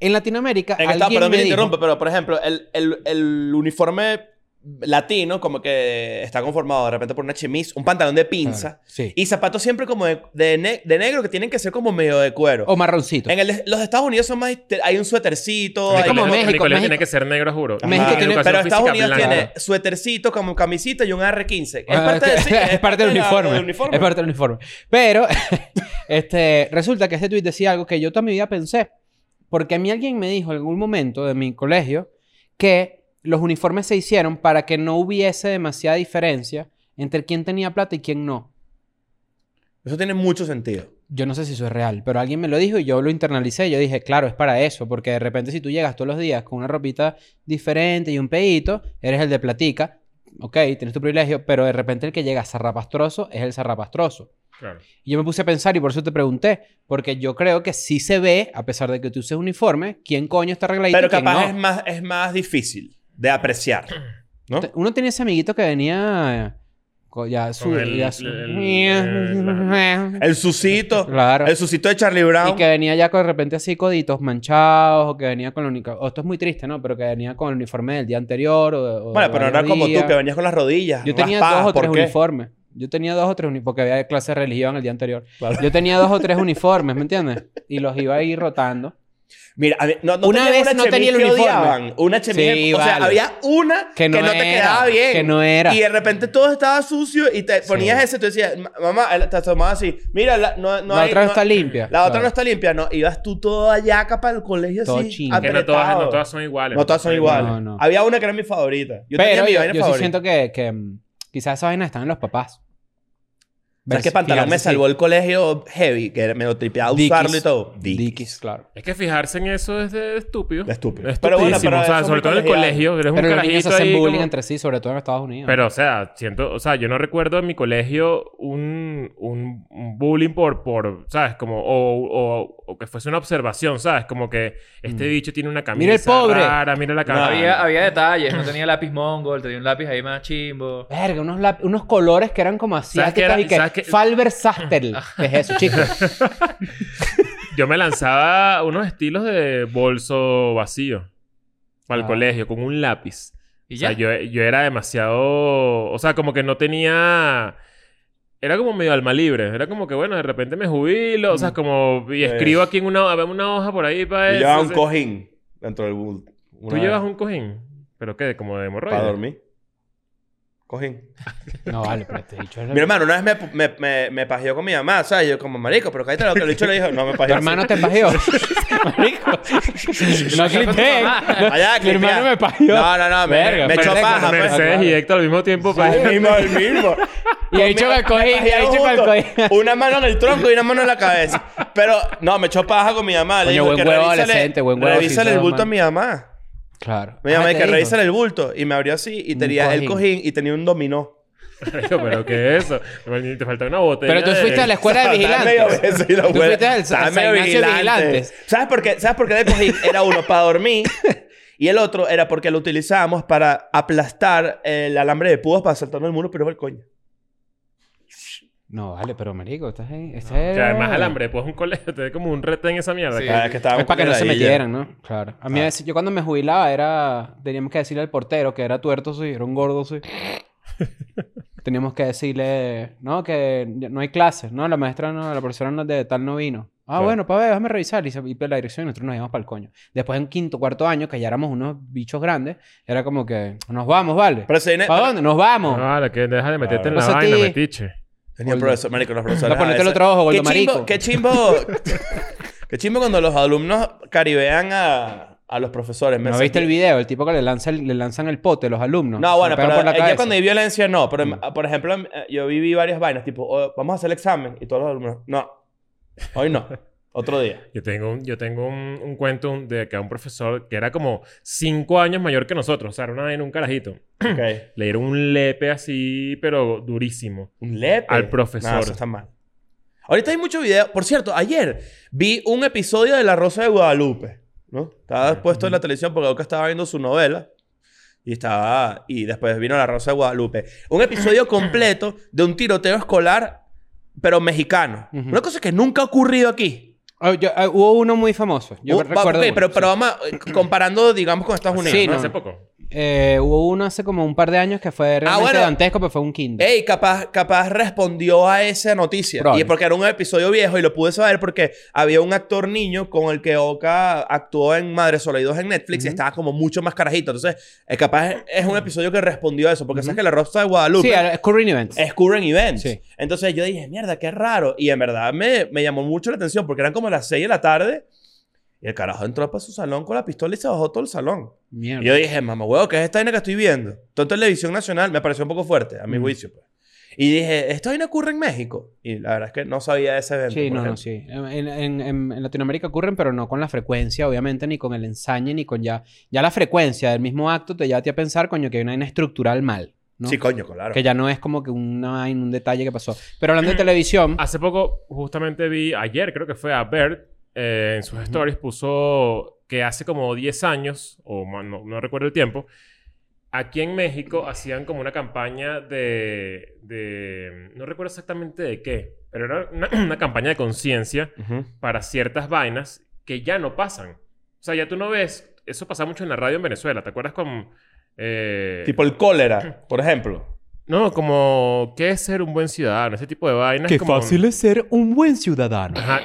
[SPEAKER 1] En Latinoamérica,
[SPEAKER 2] En Estados-
[SPEAKER 1] alguien
[SPEAKER 2] perdón,
[SPEAKER 1] me
[SPEAKER 2] me
[SPEAKER 1] dijo-
[SPEAKER 2] interrumpe, pero por ejemplo, el, el- el uniforme latino como que está conformado de repente por una chemise, un pantalón de pinza
[SPEAKER 1] Claro, sí.
[SPEAKER 2] y zapatos siempre como de, de ne- de negro que tienen que ser como medio de cuero.
[SPEAKER 1] o marroncito.
[SPEAKER 2] en el de- los de Estados Unidos son más, te- hay un suétercito,
[SPEAKER 3] Mi
[SPEAKER 2] hay
[SPEAKER 1] como
[SPEAKER 3] colegio-
[SPEAKER 1] México,
[SPEAKER 3] mi colegio
[SPEAKER 1] México.
[SPEAKER 3] tiene que ser negro, juro.
[SPEAKER 1] México
[SPEAKER 3] Tiene
[SPEAKER 1] tiene-
[SPEAKER 3] educación
[SPEAKER 2] pero Estados
[SPEAKER 3] física
[SPEAKER 2] Unidos
[SPEAKER 3] blanca.
[SPEAKER 2] tiene suétercito como camisita y un AR-15. Es
[SPEAKER 1] Ah,
[SPEAKER 2] parte de
[SPEAKER 1] ok.
[SPEAKER 2] sí,
[SPEAKER 1] Es parte del
[SPEAKER 2] de la-
[SPEAKER 1] uniforme.
[SPEAKER 2] del uniforme.
[SPEAKER 1] Es parte del uniforme. Pero este, resulta que este tweet decía algo que yo toda mi vida pensé. Porque a mí alguien me dijo en algún momento de mi colegio que los uniformes se hicieron para que no hubiese demasiada diferencia entre quién tenía plata y quién no.
[SPEAKER 2] Eso tiene mucho sentido.
[SPEAKER 1] Yo no sé si eso es real, pero alguien me lo dijo y yo lo internalicé. Yo dije, claro, es para eso, porque de repente si tú llegas todos los días con una ropita diferente y un pedito, eres el de platica, ok, tienes tu privilegio, pero de repente el que llega zarrapastroso es el zarrapastroso.
[SPEAKER 3] Claro.
[SPEAKER 1] Y yo me puse a pensar y por eso te pregunté, porque yo creo que sí se ve, a pesar de que tú uses uniforme, quién coño está arregladito
[SPEAKER 2] Pero
[SPEAKER 1] y quién
[SPEAKER 2] capaz
[SPEAKER 1] no.
[SPEAKER 2] es, más, es más difícil de apreciar. ¿no?
[SPEAKER 1] Te- Uno tenía ese amiguito que venía... eh, co- Ya su...
[SPEAKER 3] el-
[SPEAKER 1] ya su-
[SPEAKER 3] el- el-
[SPEAKER 2] El sucito.
[SPEAKER 1] Claro.
[SPEAKER 2] El sucito de Charlie
[SPEAKER 1] Y
[SPEAKER 2] Brown.
[SPEAKER 1] que venía ya con de repente así coditos manchados, o que venía con el uniforme. esto es muy triste, ¿no? Pero que venía con el uniforme del día anterior. O, o
[SPEAKER 2] Bueno,
[SPEAKER 1] de
[SPEAKER 2] pero
[SPEAKER 1] varios
[SPEAKER 2] no era como tú,
[SPEAKER 1] días.
[SPEAKER 2] que venías con las rodillas.
[SPEAKER 1] Pues Yo tenía
[SPEAKER 2] raspadas,
[SPEAKER 1] dos o
[SPEAKER 2] ¿por
[SPEAKER 1] tres
[SPEAKER 2] qué?
[SPEAKER 1] uniformes. Yo tenía dos o tres uniformes, porque había clase de religión el día anterior.
[SPEAKER 2] Claro.
[SPEAKER 1] Yo tenía dos o tres uniformes, ¿me entiendes? Y los iba a ir rotando.
[SPEAKER 2] Mira, a mí- no, no
[SPEAKER 1] Una
[SPEAKER 2] tenías
[SPEAKER 1] vez no
[SPEAKER 2] chemise
[SPEAKER 1] tenía el
[SPEAKER 2] que
[SPEAKER 1] uniforme.
[SPEAKER 2] odiaban, Una chemise.
[SPEAKER 1] Sí,
[SPEAKER 2] o sea,
[SPEAKER 1] vale.
[SPEAKER 2] había una que
[SPEAKER 1] Que
[SPEAKER 2] no,
[SPEAKER 1] no
[SPEAKER 2] te
[SPEAKER 1] era,
[SPEAKER 2] quedaba bien.
[SPEAKER 1] que no era.
[SPEAKER 2] Y de repente todo estaba sucio y te ponías ese. Tú decías, "Ma- mamá, él te tomaba así. Mira, la, no, no
[SPEAKER 1] la
[SPEAKER 2] hay-
[SPEAKER 1] otra no
[SPEAKER 2] no-
[SPEAKER 1] está limpia.
[SPEAKER 2] La otra
[SPEAKER 1] Claro.
[SPEAKER 2] no está limpia, no. Ibas tú toda yaca para el colegio
[SPEAKER 1] Todo
[SPEAKER 2] así.
[SPEAKER 1] chingo.
[SPEAKER 3] Que no todas,
[SPEAKER 2] apretado.
[SPEAKER 3] no todas son iguales.
[SPEAKER 2] No todas son iguales.
[SPEAKER 1] No, no.
[SPEAKER 2] Había una que era mi favorita. Yo tenía
[SPEAKER 1] Pero
[SPEAKER 2] mi
[SPEAKER 1] yo,
[SPEAKER 2] vaina
[SPEAKER 1] yo sí
[SPEAKER 2] favorita.
[SPEAKER 1] siento que, que, mm, quizás esa vaina está en los papás.
[SPEAKER 2] ¿Sabes qué pantalón
[SPEAKER 1] Fijarse,
[SPEAKER 2] me
[SPEAKER 1] pues, sí.
[SPEAKER 2] salvó el colegio heavy? Que me lo tripeaba
[SPEAKER 1] Dickies.
[SPEAKER 2] usarlo y todo.
[SPEAKER 1] Dickies, claro.
[SPEAKER 3] Es que fijarse en eso es de estúpido.
[SPEAKER 2] De estúpido.
[SPEAKER 3] Es
[SPEAKER 2] Pero bueno,
[SPEAKER 3] estupidísimo.
[SPEAKER 2] pero
[SPEAKER 3] o sea,
[SPEAKER 2] eso
[SPEAKER 3] sobre
[SPEAKER 2] es
[SPEAKER 3] todo en el
[SPEAKER 2] muy
[SPEAKER 3] colegio. Eres un
[SPEAKER 1] Pero los niños
[SPEAKER 3] carajito
[SPEAKER 1] hacen
[SPEAKER 3] ahí
[SPEAKER 1] bullying
[SPEAKER 3] como-
[SPEAKER 1] entre sí, sobre todo en Estados Unidos.
[SPEAKER 3] Pero, o sea, siento... O sea, yo no recuerdo en mi colegio un, un, un bullying por, por... ¿Sabes? Como... O, o, o que fuese una observación, ¿sabes? Como que este
[SPEAKER 1] Mm.
[SPEAKER 3] bicho tiene una camisa
[SPEAKER 1] Mira el pobre.
[SPEAKER 3] rara, mira la cara.
[SPEAKER 4] Había, había detalles. No tenía lápiz mongol. Tenía un lápiz ahí más chimbo.
[SPEAKER 1] Verga, unos, lap- unos colores que eran como asiáticas
[SPEAKER 3] qué era?
[SPEAKER 1] y que...
[SPEAKER 3] ¿Sabes qué?
[SPEAKER 1] Falber Sastel. ¿Qué es eso, chicos?
[SPEAKER 3] Yo me lanzaba unos estilos de bolso vacío para el
[SPEAKER 1] Ah.
[SPEAKER 3] colegio con un lápiz.
[SPEAKER 4] Y
[SPEAKER 3] O
[SPEAKER 4] ya.
[SPEAKER 3] sea, yo, yo era demasiado... O sea, como que no tenía... Era como medio alma libre. Era como que, bueno, de repente me jubilo.
[SPEAKER 1] Mm.
[SPEAKER 3] O sea, como... Y
[SPEAKER 2] Pues.
[SPEAKER 3] escribo aquí en una, una hoja por ahí para
[SPEAKER 2] Y
[SPEAKER 3] eso.
[SPEAKER 2] llevaba un
[SPEAKER 3] sí.
[SPEAKER 2] cojín dentro del bulto.
[SPEAKER 3] ¿Tú llevas un cojín? ¿Pero qué? ¿Como de
[SPEAKER 2] Para
[SPEAKER 3] hemorroides?
[SPEAKER 2] dormir. Cojín.
[SPEAKER 1] No, vale, pero este dicho es...
[SPEAKER 2] Mi hermano una vez me, me, me, me pajeó con mi mamá. O sea, yo como, marico, pero cállate lo que el bicho le dijo. No, me
[SPEAKER 1] ¿Tu
[SPEAKER 2] pajeó.
[SPEAKER 1] hermano te pajeó? Marico. No clipé.
[SPEAKER 2] Allá,
[SPEAKER 1] Mi hermano me pajeó.
[SPEAKER 2] No, no, no. Me,
[SPEAKER 1] Verga,
[SPEAKER 2] me echó
[SPEAKER 1] perfecto,
[SPEAKER 2] paja. pues.
[SPEAKER 3] Mercedes y Héctor al mismo tiempo.
[SPEAKER 2] Ah,
[SPEAKER 3] pues.
[SPEAKER 2] El mismo, el mismo.
[SPEAKER 1] Y he dicho
[SPEAKER 2] Me-
[SPEAKER 1] que el cojín,
[SPEAKER 2] me
[SPEAKER 1] y he dicho que el
[SPEAKER 2] juntos.
[SPEAKER 1] cojín.
[SPEAKER 2] Una mano en el tronco y una mano en la cabeza. Pero, no, me echó paja con mi mamá.
[SPEAKER 1] Coño,
[SPEAKER 2] Le dijo
[SPEAKER 1] buen
[SPEAKER 2] que
[SPEAKER 1] huevo
[SPEAKER 2] revísale-
[SPEAKER 1] adolescente, buen huevo
[SPEAKER 2] Revísale el
[SPEAKER 1] sincero,
[SPEAKER 2] bulto a
[SPEAKER 1] man.
[SPEAKER 2] mi mamá.
[SPEAKER 1] Claro.
[SPEAKER 2] Me llamé
[SPEAKER 1] Ah,
[SPEAKER 2] que
[SPEAKER 1] te
[SPEAKER 2] revisar
[SPEAKER 1] dijo.
[SPEAKER 2] el bulto y me abrió así y tenía el
[SPEAKER 1] cojín.
[SPEAKER 2] cojín y tenía un dominó.
[SPEAKER 3] Marico, ¿Pero qué es eso? Te falta una botella
[SPEAKER 1] Pero tú
[SPEAKER 3] de-
[SPEAKER 1] fuiste a la escuela de
[SPEAKER 2] Estaba medio
[SPEAKER 1] vigilantes.
[SPEAKER 2] obeso y la
[SPEAKER 1] Tú
[SPEAKER 2] abuela-
[SPEAKER 1] fuiste al-
[SPEAKER 2] estaba
[SPEAKER 1] al
[SPEAKER 2] medio
[SPEAKER 1] San Ignacio de
[SPEAKER 2] vigilante.
[SPEAKER 1] Vigilantes.
[SPEAKER 2] ¿Sabes por qué? ¿Sabes por qué el cojín era uno para dormir? Y el otro era porque lo utilizábamos para aplastar el alambre de púas para saltarnos el muro, pero fue el coño.
[SPEAKER 1] No, vale, pero marico, estás ahí. Estás
[SPEAKER 3] O sea, además alambre, pues un colegio te ve como un rete en esa mierda.
[SPEAKER 4] Sí.
[SPEAKER 3] que-
[SPEAKER 2] Ah, es que estábamos
[SPEAKER 1] Es para que
[SPEAKER 2] con
[SPEAKER 1] no se
[SPEAKER 2] ladilla.
[SPEAKER 1] metieran, ¿no? Claro. A
[SPEAKER 2] Ah.
[SPEAKER 1] mí a veces, yo cuando me jubilaba era, teníamos que decirle al portero que era tuerto, sí, era un gordo, sí. teníamos que decirle, no, que no hay clases, no, la maestra no, la profesora no, de tal no vino. Ah,
[SPEAKER 2] Claro.
[SPEAKER 1] bueno, para ver, déjame revisar. Y, se, y la dirección y nosotros nos íbamos para el coño. Después en quinto, cuarto año, que ya éramos unos bichos grandes, era como que, nos vamos, ¿vale?
[SPEAKER 2] Pero Ah, se viene-
[SPEAKER 1] ¿Para dónde? Nos vamos.
[SPEAKER 3] No, vale, que deja de meterte en la
[SPEAKER 1] Claro. Pásate-
[SPEAKER 3] vaina, metiche.
[SPEAKER 2] Tenía un profesor, marico, los profesores.
[SPEAKER 1] Voy a ponerte
[SPEAKER 2] a
[SPEAKER 1] el
[SPEAKER 2] veces-
[SPEAKER 1] otro ojo,
[SPEAKER 2] ¿Qué
[SPEAKER 1] gordo
[SPEAKER 2] chimbo,
[SPEAKER 1] marico.
[SPEAKER 2] qué chimbo. qué chimbo cuando los alumnos caribean a, a los profesores. Me
[SPEAKER 1] ¿No viste
[SPEAKER 2] sentí-
[SPEAKER 1] el video? El tipo que le, lanza el- le lanzan el pote a los alumnos.
[SPEAKER 2] No,
[SPEAKER 1] Se
[SPEAKER 2] bueno,
[SPEAKER 1] lo pegan
[SPEAKER 2] pero
[SPEAKER 1] por la
[SPEAKER 2] eh, ya
[SPEAKER 1] cabeza. Mm.
[SPEAKER 2] cuando hay violencia no. Pero, eh, por ejemplo, em, eh, yo viví varias vainas, tipo, oh, vamos a hacer el examen. Y todos los alumnos, no. Hoy no. Otro día.
[SPEAKER 3] Yo tengo, un, yo tengo un, un cuento de que a un profesor que era como cinco años mayor que nosotros. O sea, era una vaina, un carajito.
[SPEAKER 2] Ok.
[SPEAKER 3] Le dieron un lepe así, pero durísimo.
[SPEAKER 2] Un lepe.
[SPEAKER 3] Al profesor.
[SPEAKER 2] No, eso está mal. Ahorita hay muchos videos. Por cierto, ayer vi un episodio de La Rosa de Guadalupe. ¿no? Estaba
[SPEAKER 1] Mm,
[SPEAKER 2] puesto en la televisión porque Oca estaba viendo su novela. Y estaba... Y después vino La Rosa de Guadalupe. Un episodio completo de un tiroteo escolar, pero mexicano.
[SPEAKER 1] Ujú.
[SPEAKER 2] Una cosa que nunca ha ocurrido aquí.
[SPEAKER 1] Ah, yo- ah, hubo uno muy famoso. Yo
[SPEAKER 2] Uh, va-
[SPEAKER 1] recuerdo.
[SPEAKER 2] ok,
[SPEAKER 1] uno,
[SPEAKER 2] pero,
[SPEAKER 1] sí.
[SPEAKER 2] pero vamos, a- eh, comparando, digamos, con Estados Unidos.
[SPEAKER 1] Sí,
[SPEAKER 2] ¿no?
[SPEAKER 1] no.
[SPEAKER 3] Hace poco.
[SPEAKER 1] Eh, hubo uno hace como un par de años que fue realmente
[SPEAKER 2] Ah, bueno.
[SPEAKER 1] dantesco, pero fue un kinder.
[SPEAKER 2] Ey, capaz, capaz respondió a esa noticia.
[SPEAKER 1] Probable.
[SPEAKER 2] Y porque era un episodio viejo y lo pude saber porque había un actor niño con el que Oka actuó en Madre Sola y 2 en Netflix y
[SPEAKER 1] Ujú.
[SPEAKER 2] estaba como mucho más carajito. Entonces, eh, capaz es un episodio que respondió a eso. Porque sabes que la Rosta de Guadalupe
[SPEAKER 1] sí, era- es Current Events.
[SPEAKER 2] es current events.
[SPEAKER 1] Sí.
[SPEAKER 2] Entonces yo dije, mierda, qué raro. Y en verdad me, me llamó mucho la atención porque eran como las 6 de la tarde y el carajo entró para su salón con la pistola y se bajó todo el salón.
[SPEAKER 1] Mierda.
[SPEAKER 2] Y yo dije, mamá, huevo, ¿qué es esta vaina que estoy viendo? Todo en televisión nacional me pareció un poco fuerte, a mi
[SPEAKER 1] Mm.
[SPEAKER 2] juicio. Pues. Y dije, ¿esta vaina ocurre en México? Y la verdad es que no sabía de ese evento.
[SPEAKER 1] Sí,
[SPEAKER 2] por
[SPEAKER 1] no, no,
[SPEAKER 2] ejemplo.
[SPEAKER 1] sí. En, en- en- en Latinoamérica ocurren, pero no con la frecuencia, obviamente, ni con el ensañe, ni con ya. Ya la frecuencia del mismo acto te lleva a ti a pensar, coño, que hay una vaina estructural mal. ¿no?
[SPEAKER 2] Sí, coño, claro.
[SPEAKER 1] Que ya no es como que una, vaina, un detalle que pasó. Pero hablando de
[SPEAKER 2] Mm.
[SPEAKER 1] televisión,
[SPEAKER 2] Ah,
[SPEAKER 3] Hace poco, justamente vi, ayer creo que fue a Bert, eh, en sus stories puso que hace como 10 años, o ma- no, no recuerdo el tiempo, aquí en México hacían como una campaña de. de- no recuerdo exactamente de qué, pero era una, una campaña de conciencia
[SPEAKER 2] Ujú.
[SPEAKER 3] para ciertas vainas que ya no pasan. O sea, ya tú no ves. Eso pasaba mucho en la radio en Venezuela, ¿te acuerdas con. eh,
[SPEAKER 2] Tipo el cólera, por ejemplo.
[SPEAKER 3] No, como. ¿Qué es ser un buen ciudadano? Ese tipo de vainas. como-
[SPEAKER 1] es ser un buen ciudadano.
[SPEAKER 3] Ajá.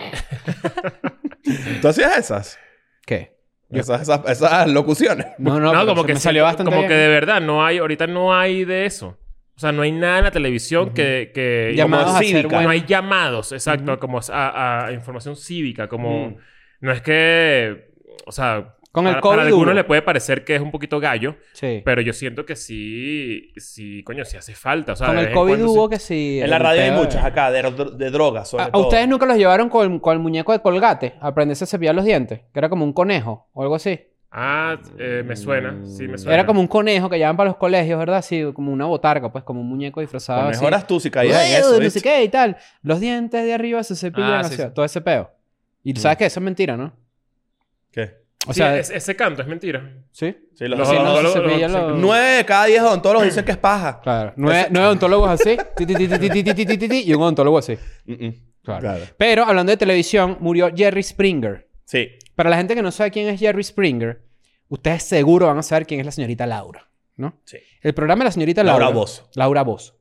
[SPEAKER 2] ¿Tú hacías esas?
[SPEAKER 1] ¿Qué? Yo-
[SPEAKER 2] Esas, esas, esas locuciones.
[SPEAKER 1] No, no,
[SPEAKER 3] No,
[SPEAKER 1] pero
[SPEAKER 3] como
[SPEAKER 1] se
[SPEAKER 3] que
[SPEAKER 1] me
[SPEAKER 3] sí,
[SPEAKER 1] salió bastante
[SPEAKER 3] Como
[SPEAKER 1] bien.
[SPEAKER 3] que de verdad no hay, ahorita no hay de eso. O sea, no hay nada en la televisión que, que
[SPEAKER 1] Llamados
[SPEAKER 2] como
[SPEAKER 1] a ser
[SPEAKER 2] cívica,
[SPEAKER 1] buen-
[SPEAKER 3] no hay llamados, exacto,
[SPEAKER 1] Ujú.
[SPEAKER 3] como a, a información cívica, como
[SPEAKER 2] Mm.
[SPEAKER 3] no es que, o sea,
[SPEAKER 1] Con el
[SPEAKER 3] para,
[SPEAKER 1] COVID
[SPEAKER 3] para algunos
[SPEAKER 1] duro.
[SPEAKER 3] le puede parecer que es un poquito gallo,
[SPEAKER 1] Sí.
[SPEAKER 3] pero yo siento que sí, sí, coño, sí hace falta. O sea,
[SPEAKER 1] Con
[SPEAKER 3] de
[SPEAKER 1] el
[SPEAKER 3] vez en
[SPEAKER 1] COVID
[SPEAKER 3] cuando
[SPEAKER 1] hubo
[SPEAKER 3] sí-
[SPEAKER 1] que sí.
[SPEAKER 2] En la
[SPEAKER 1] el
[SPEAKER 2] radio hay
[SPEAKER 1] pedo de- Ah,
[SPEAKER 2] muchas acá, de, de drogas, sobre
[SPEAKER 1] ¿A, a
[SPEAKER 2] todo.
[SPEAKER 1] ustedes nunca los llevaron con, con el muñeco de colgate? A aprenderse a cepillar los dientes. Que era como un conejo o algo así.
[SPEAKER 3] Ah, eh, me suena, sí, me suena.
[SPEAKER 1] Era como un conejo que llevaban para los colegios, ¿verdad? Sí, como una botarga, pues, como un muñeco disfrazado.
[SPEAKER 2] Lo
[SPEAKER 1] así.
[SPEAKER 2] mejoras tú si caías en
[SPEAKER 1] Ué,
[SPEAKER 2] eso.
[SPEAKER 1] No
[SPEAKER 2] ¿viste?
[SPEAKER 1] sé qué y tal. Los dientes de arriba se cepillan,
[SPEAKER 4] Ah,
[SPEAKER 1] o
[SPEAKER 4] sí,
[SPEAKER 1] sea,
[SPEAKER 4] sí.
[SPEAKER 1] todo ese peo. Y sabes que eso es mentira, ¿no?
[SPEAKER 2] ¿Qué?
[SPEAKER 1] O
[SPEAKER 3] Mm. Sí,
[SPEAKER 1] sea,
[SPEAKER 3] es- ese canto es mentira.
[SPEAKER 1] sí.
[SPEAKER 2] Sí, los,
[SPEAKER 3] Los-
[SPEAKER 1] Sí,
[SPEAKER 2] los-
[SPEAKER 1] no,
[SPEAKER 3] los-
[SPEAKER 1] se
[SPEAKER 3] los-
[SPEAKER 1] cepilla
[SPEAKER 3] los-
[SPEAKER 1] los-
[SPEAKER 2] Nueve de cada diez odontólogos dicen que es paja.
[SPEAKER 1] Claro. Nueve, nueve odontólogos así. ti, ti, ti, ti, ti, ti, ti, ti, ti, ti, y un odontólogo así.
[SPEAKER 2] Mm-mm.
[SPEAKER 1] Claro.
[SPEAKER 2] Claro.
[SPEAKER 1] Pero hablando de televisión, murió Jerry Springer.
[SPEAKER 2] Sí.
[SPEAKER 1] Para la gente que no sabe quién es Jerry Springer, ustedes seguro van a saber quién es la señorita Laura, ¿no?
[SPEAKER 2] Sí.
[SPEAKER 1] El programa de la señorita Laura.
[SPEAKER 2] Laura Bozzo.
[SPEAKER 1] Laura Bozo.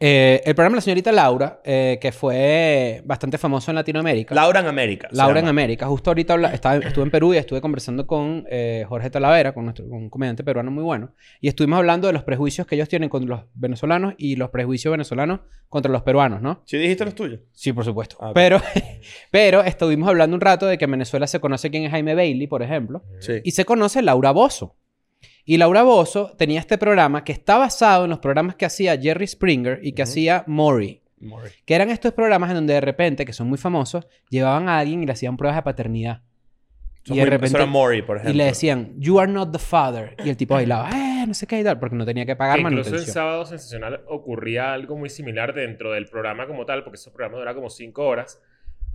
[SPEAKER 1] Eh, el programa de la señorita Laura, eh, que fue bastante famoso en Latinoamérica.
[SPEAKER 2] Laura en América. se
[SPEAKER 1] Laura en
[SPEAKER 2] llama.
[SPEAKER 1] América. Justo ahorita habla- estaba- estuve en Perú y estuve conversando con eh, Jorge Talavera, con, nuestro, con un comediante peruano muy bueno. Y estuvimos hablando de los prejuicios que ellos tienen contra los venezolanos y los prejuicios venezolanos contra los peruanos, ¿no?
[SPEAKER 2] Sí, dijiste los tuyos.
[SPEAKER 1] Sí, por supuesto.
[SPEAKER 2] Ah, ok.
[SPEAKER 1] Pero, pero estuvimos hablando un rato de que en Venezuela se conoce quién es Jaime Bailey, por ejemplo,
[SPEAKER 2] Sí.
[SPEAKER 1] y se conoce Laura Bozo. Y Laura Bozo tenía este programa que está basado en los programas que hacía Jerry Springer y que
[SPEAKER 2] Ujú.
[SPEAKER 1] hacía Maury,
[SPEAKER 2] Maury.
[SPEAKER 1] que eran estos programas en donde de repente, que son muy famosos, llevaban a alguien y le hacían pruebas de paternidad.
[SPEAKER 2] Eso
[SPEAKER 1] y de
[SPEAKER 2] fue-
[SPEAKER 1] repente
[SPEAKER 2] eso era Maury, por
[SPEAKER 1] y
[SPEAKER 2] ejemplo.
[SPEAKER 1] le decían, "You are not the father", y el tipo bailaba, "Eh, no sé qué y tal", porque no tenía que pagar
[SPEAKER 3] Que incluso en
[SPEAKER 1] manutención.
[SPEAKER 3] Sábado Sensacional ocurría algo muy similar dentro del programa como tal, porque ese programa duraba como cinco horas,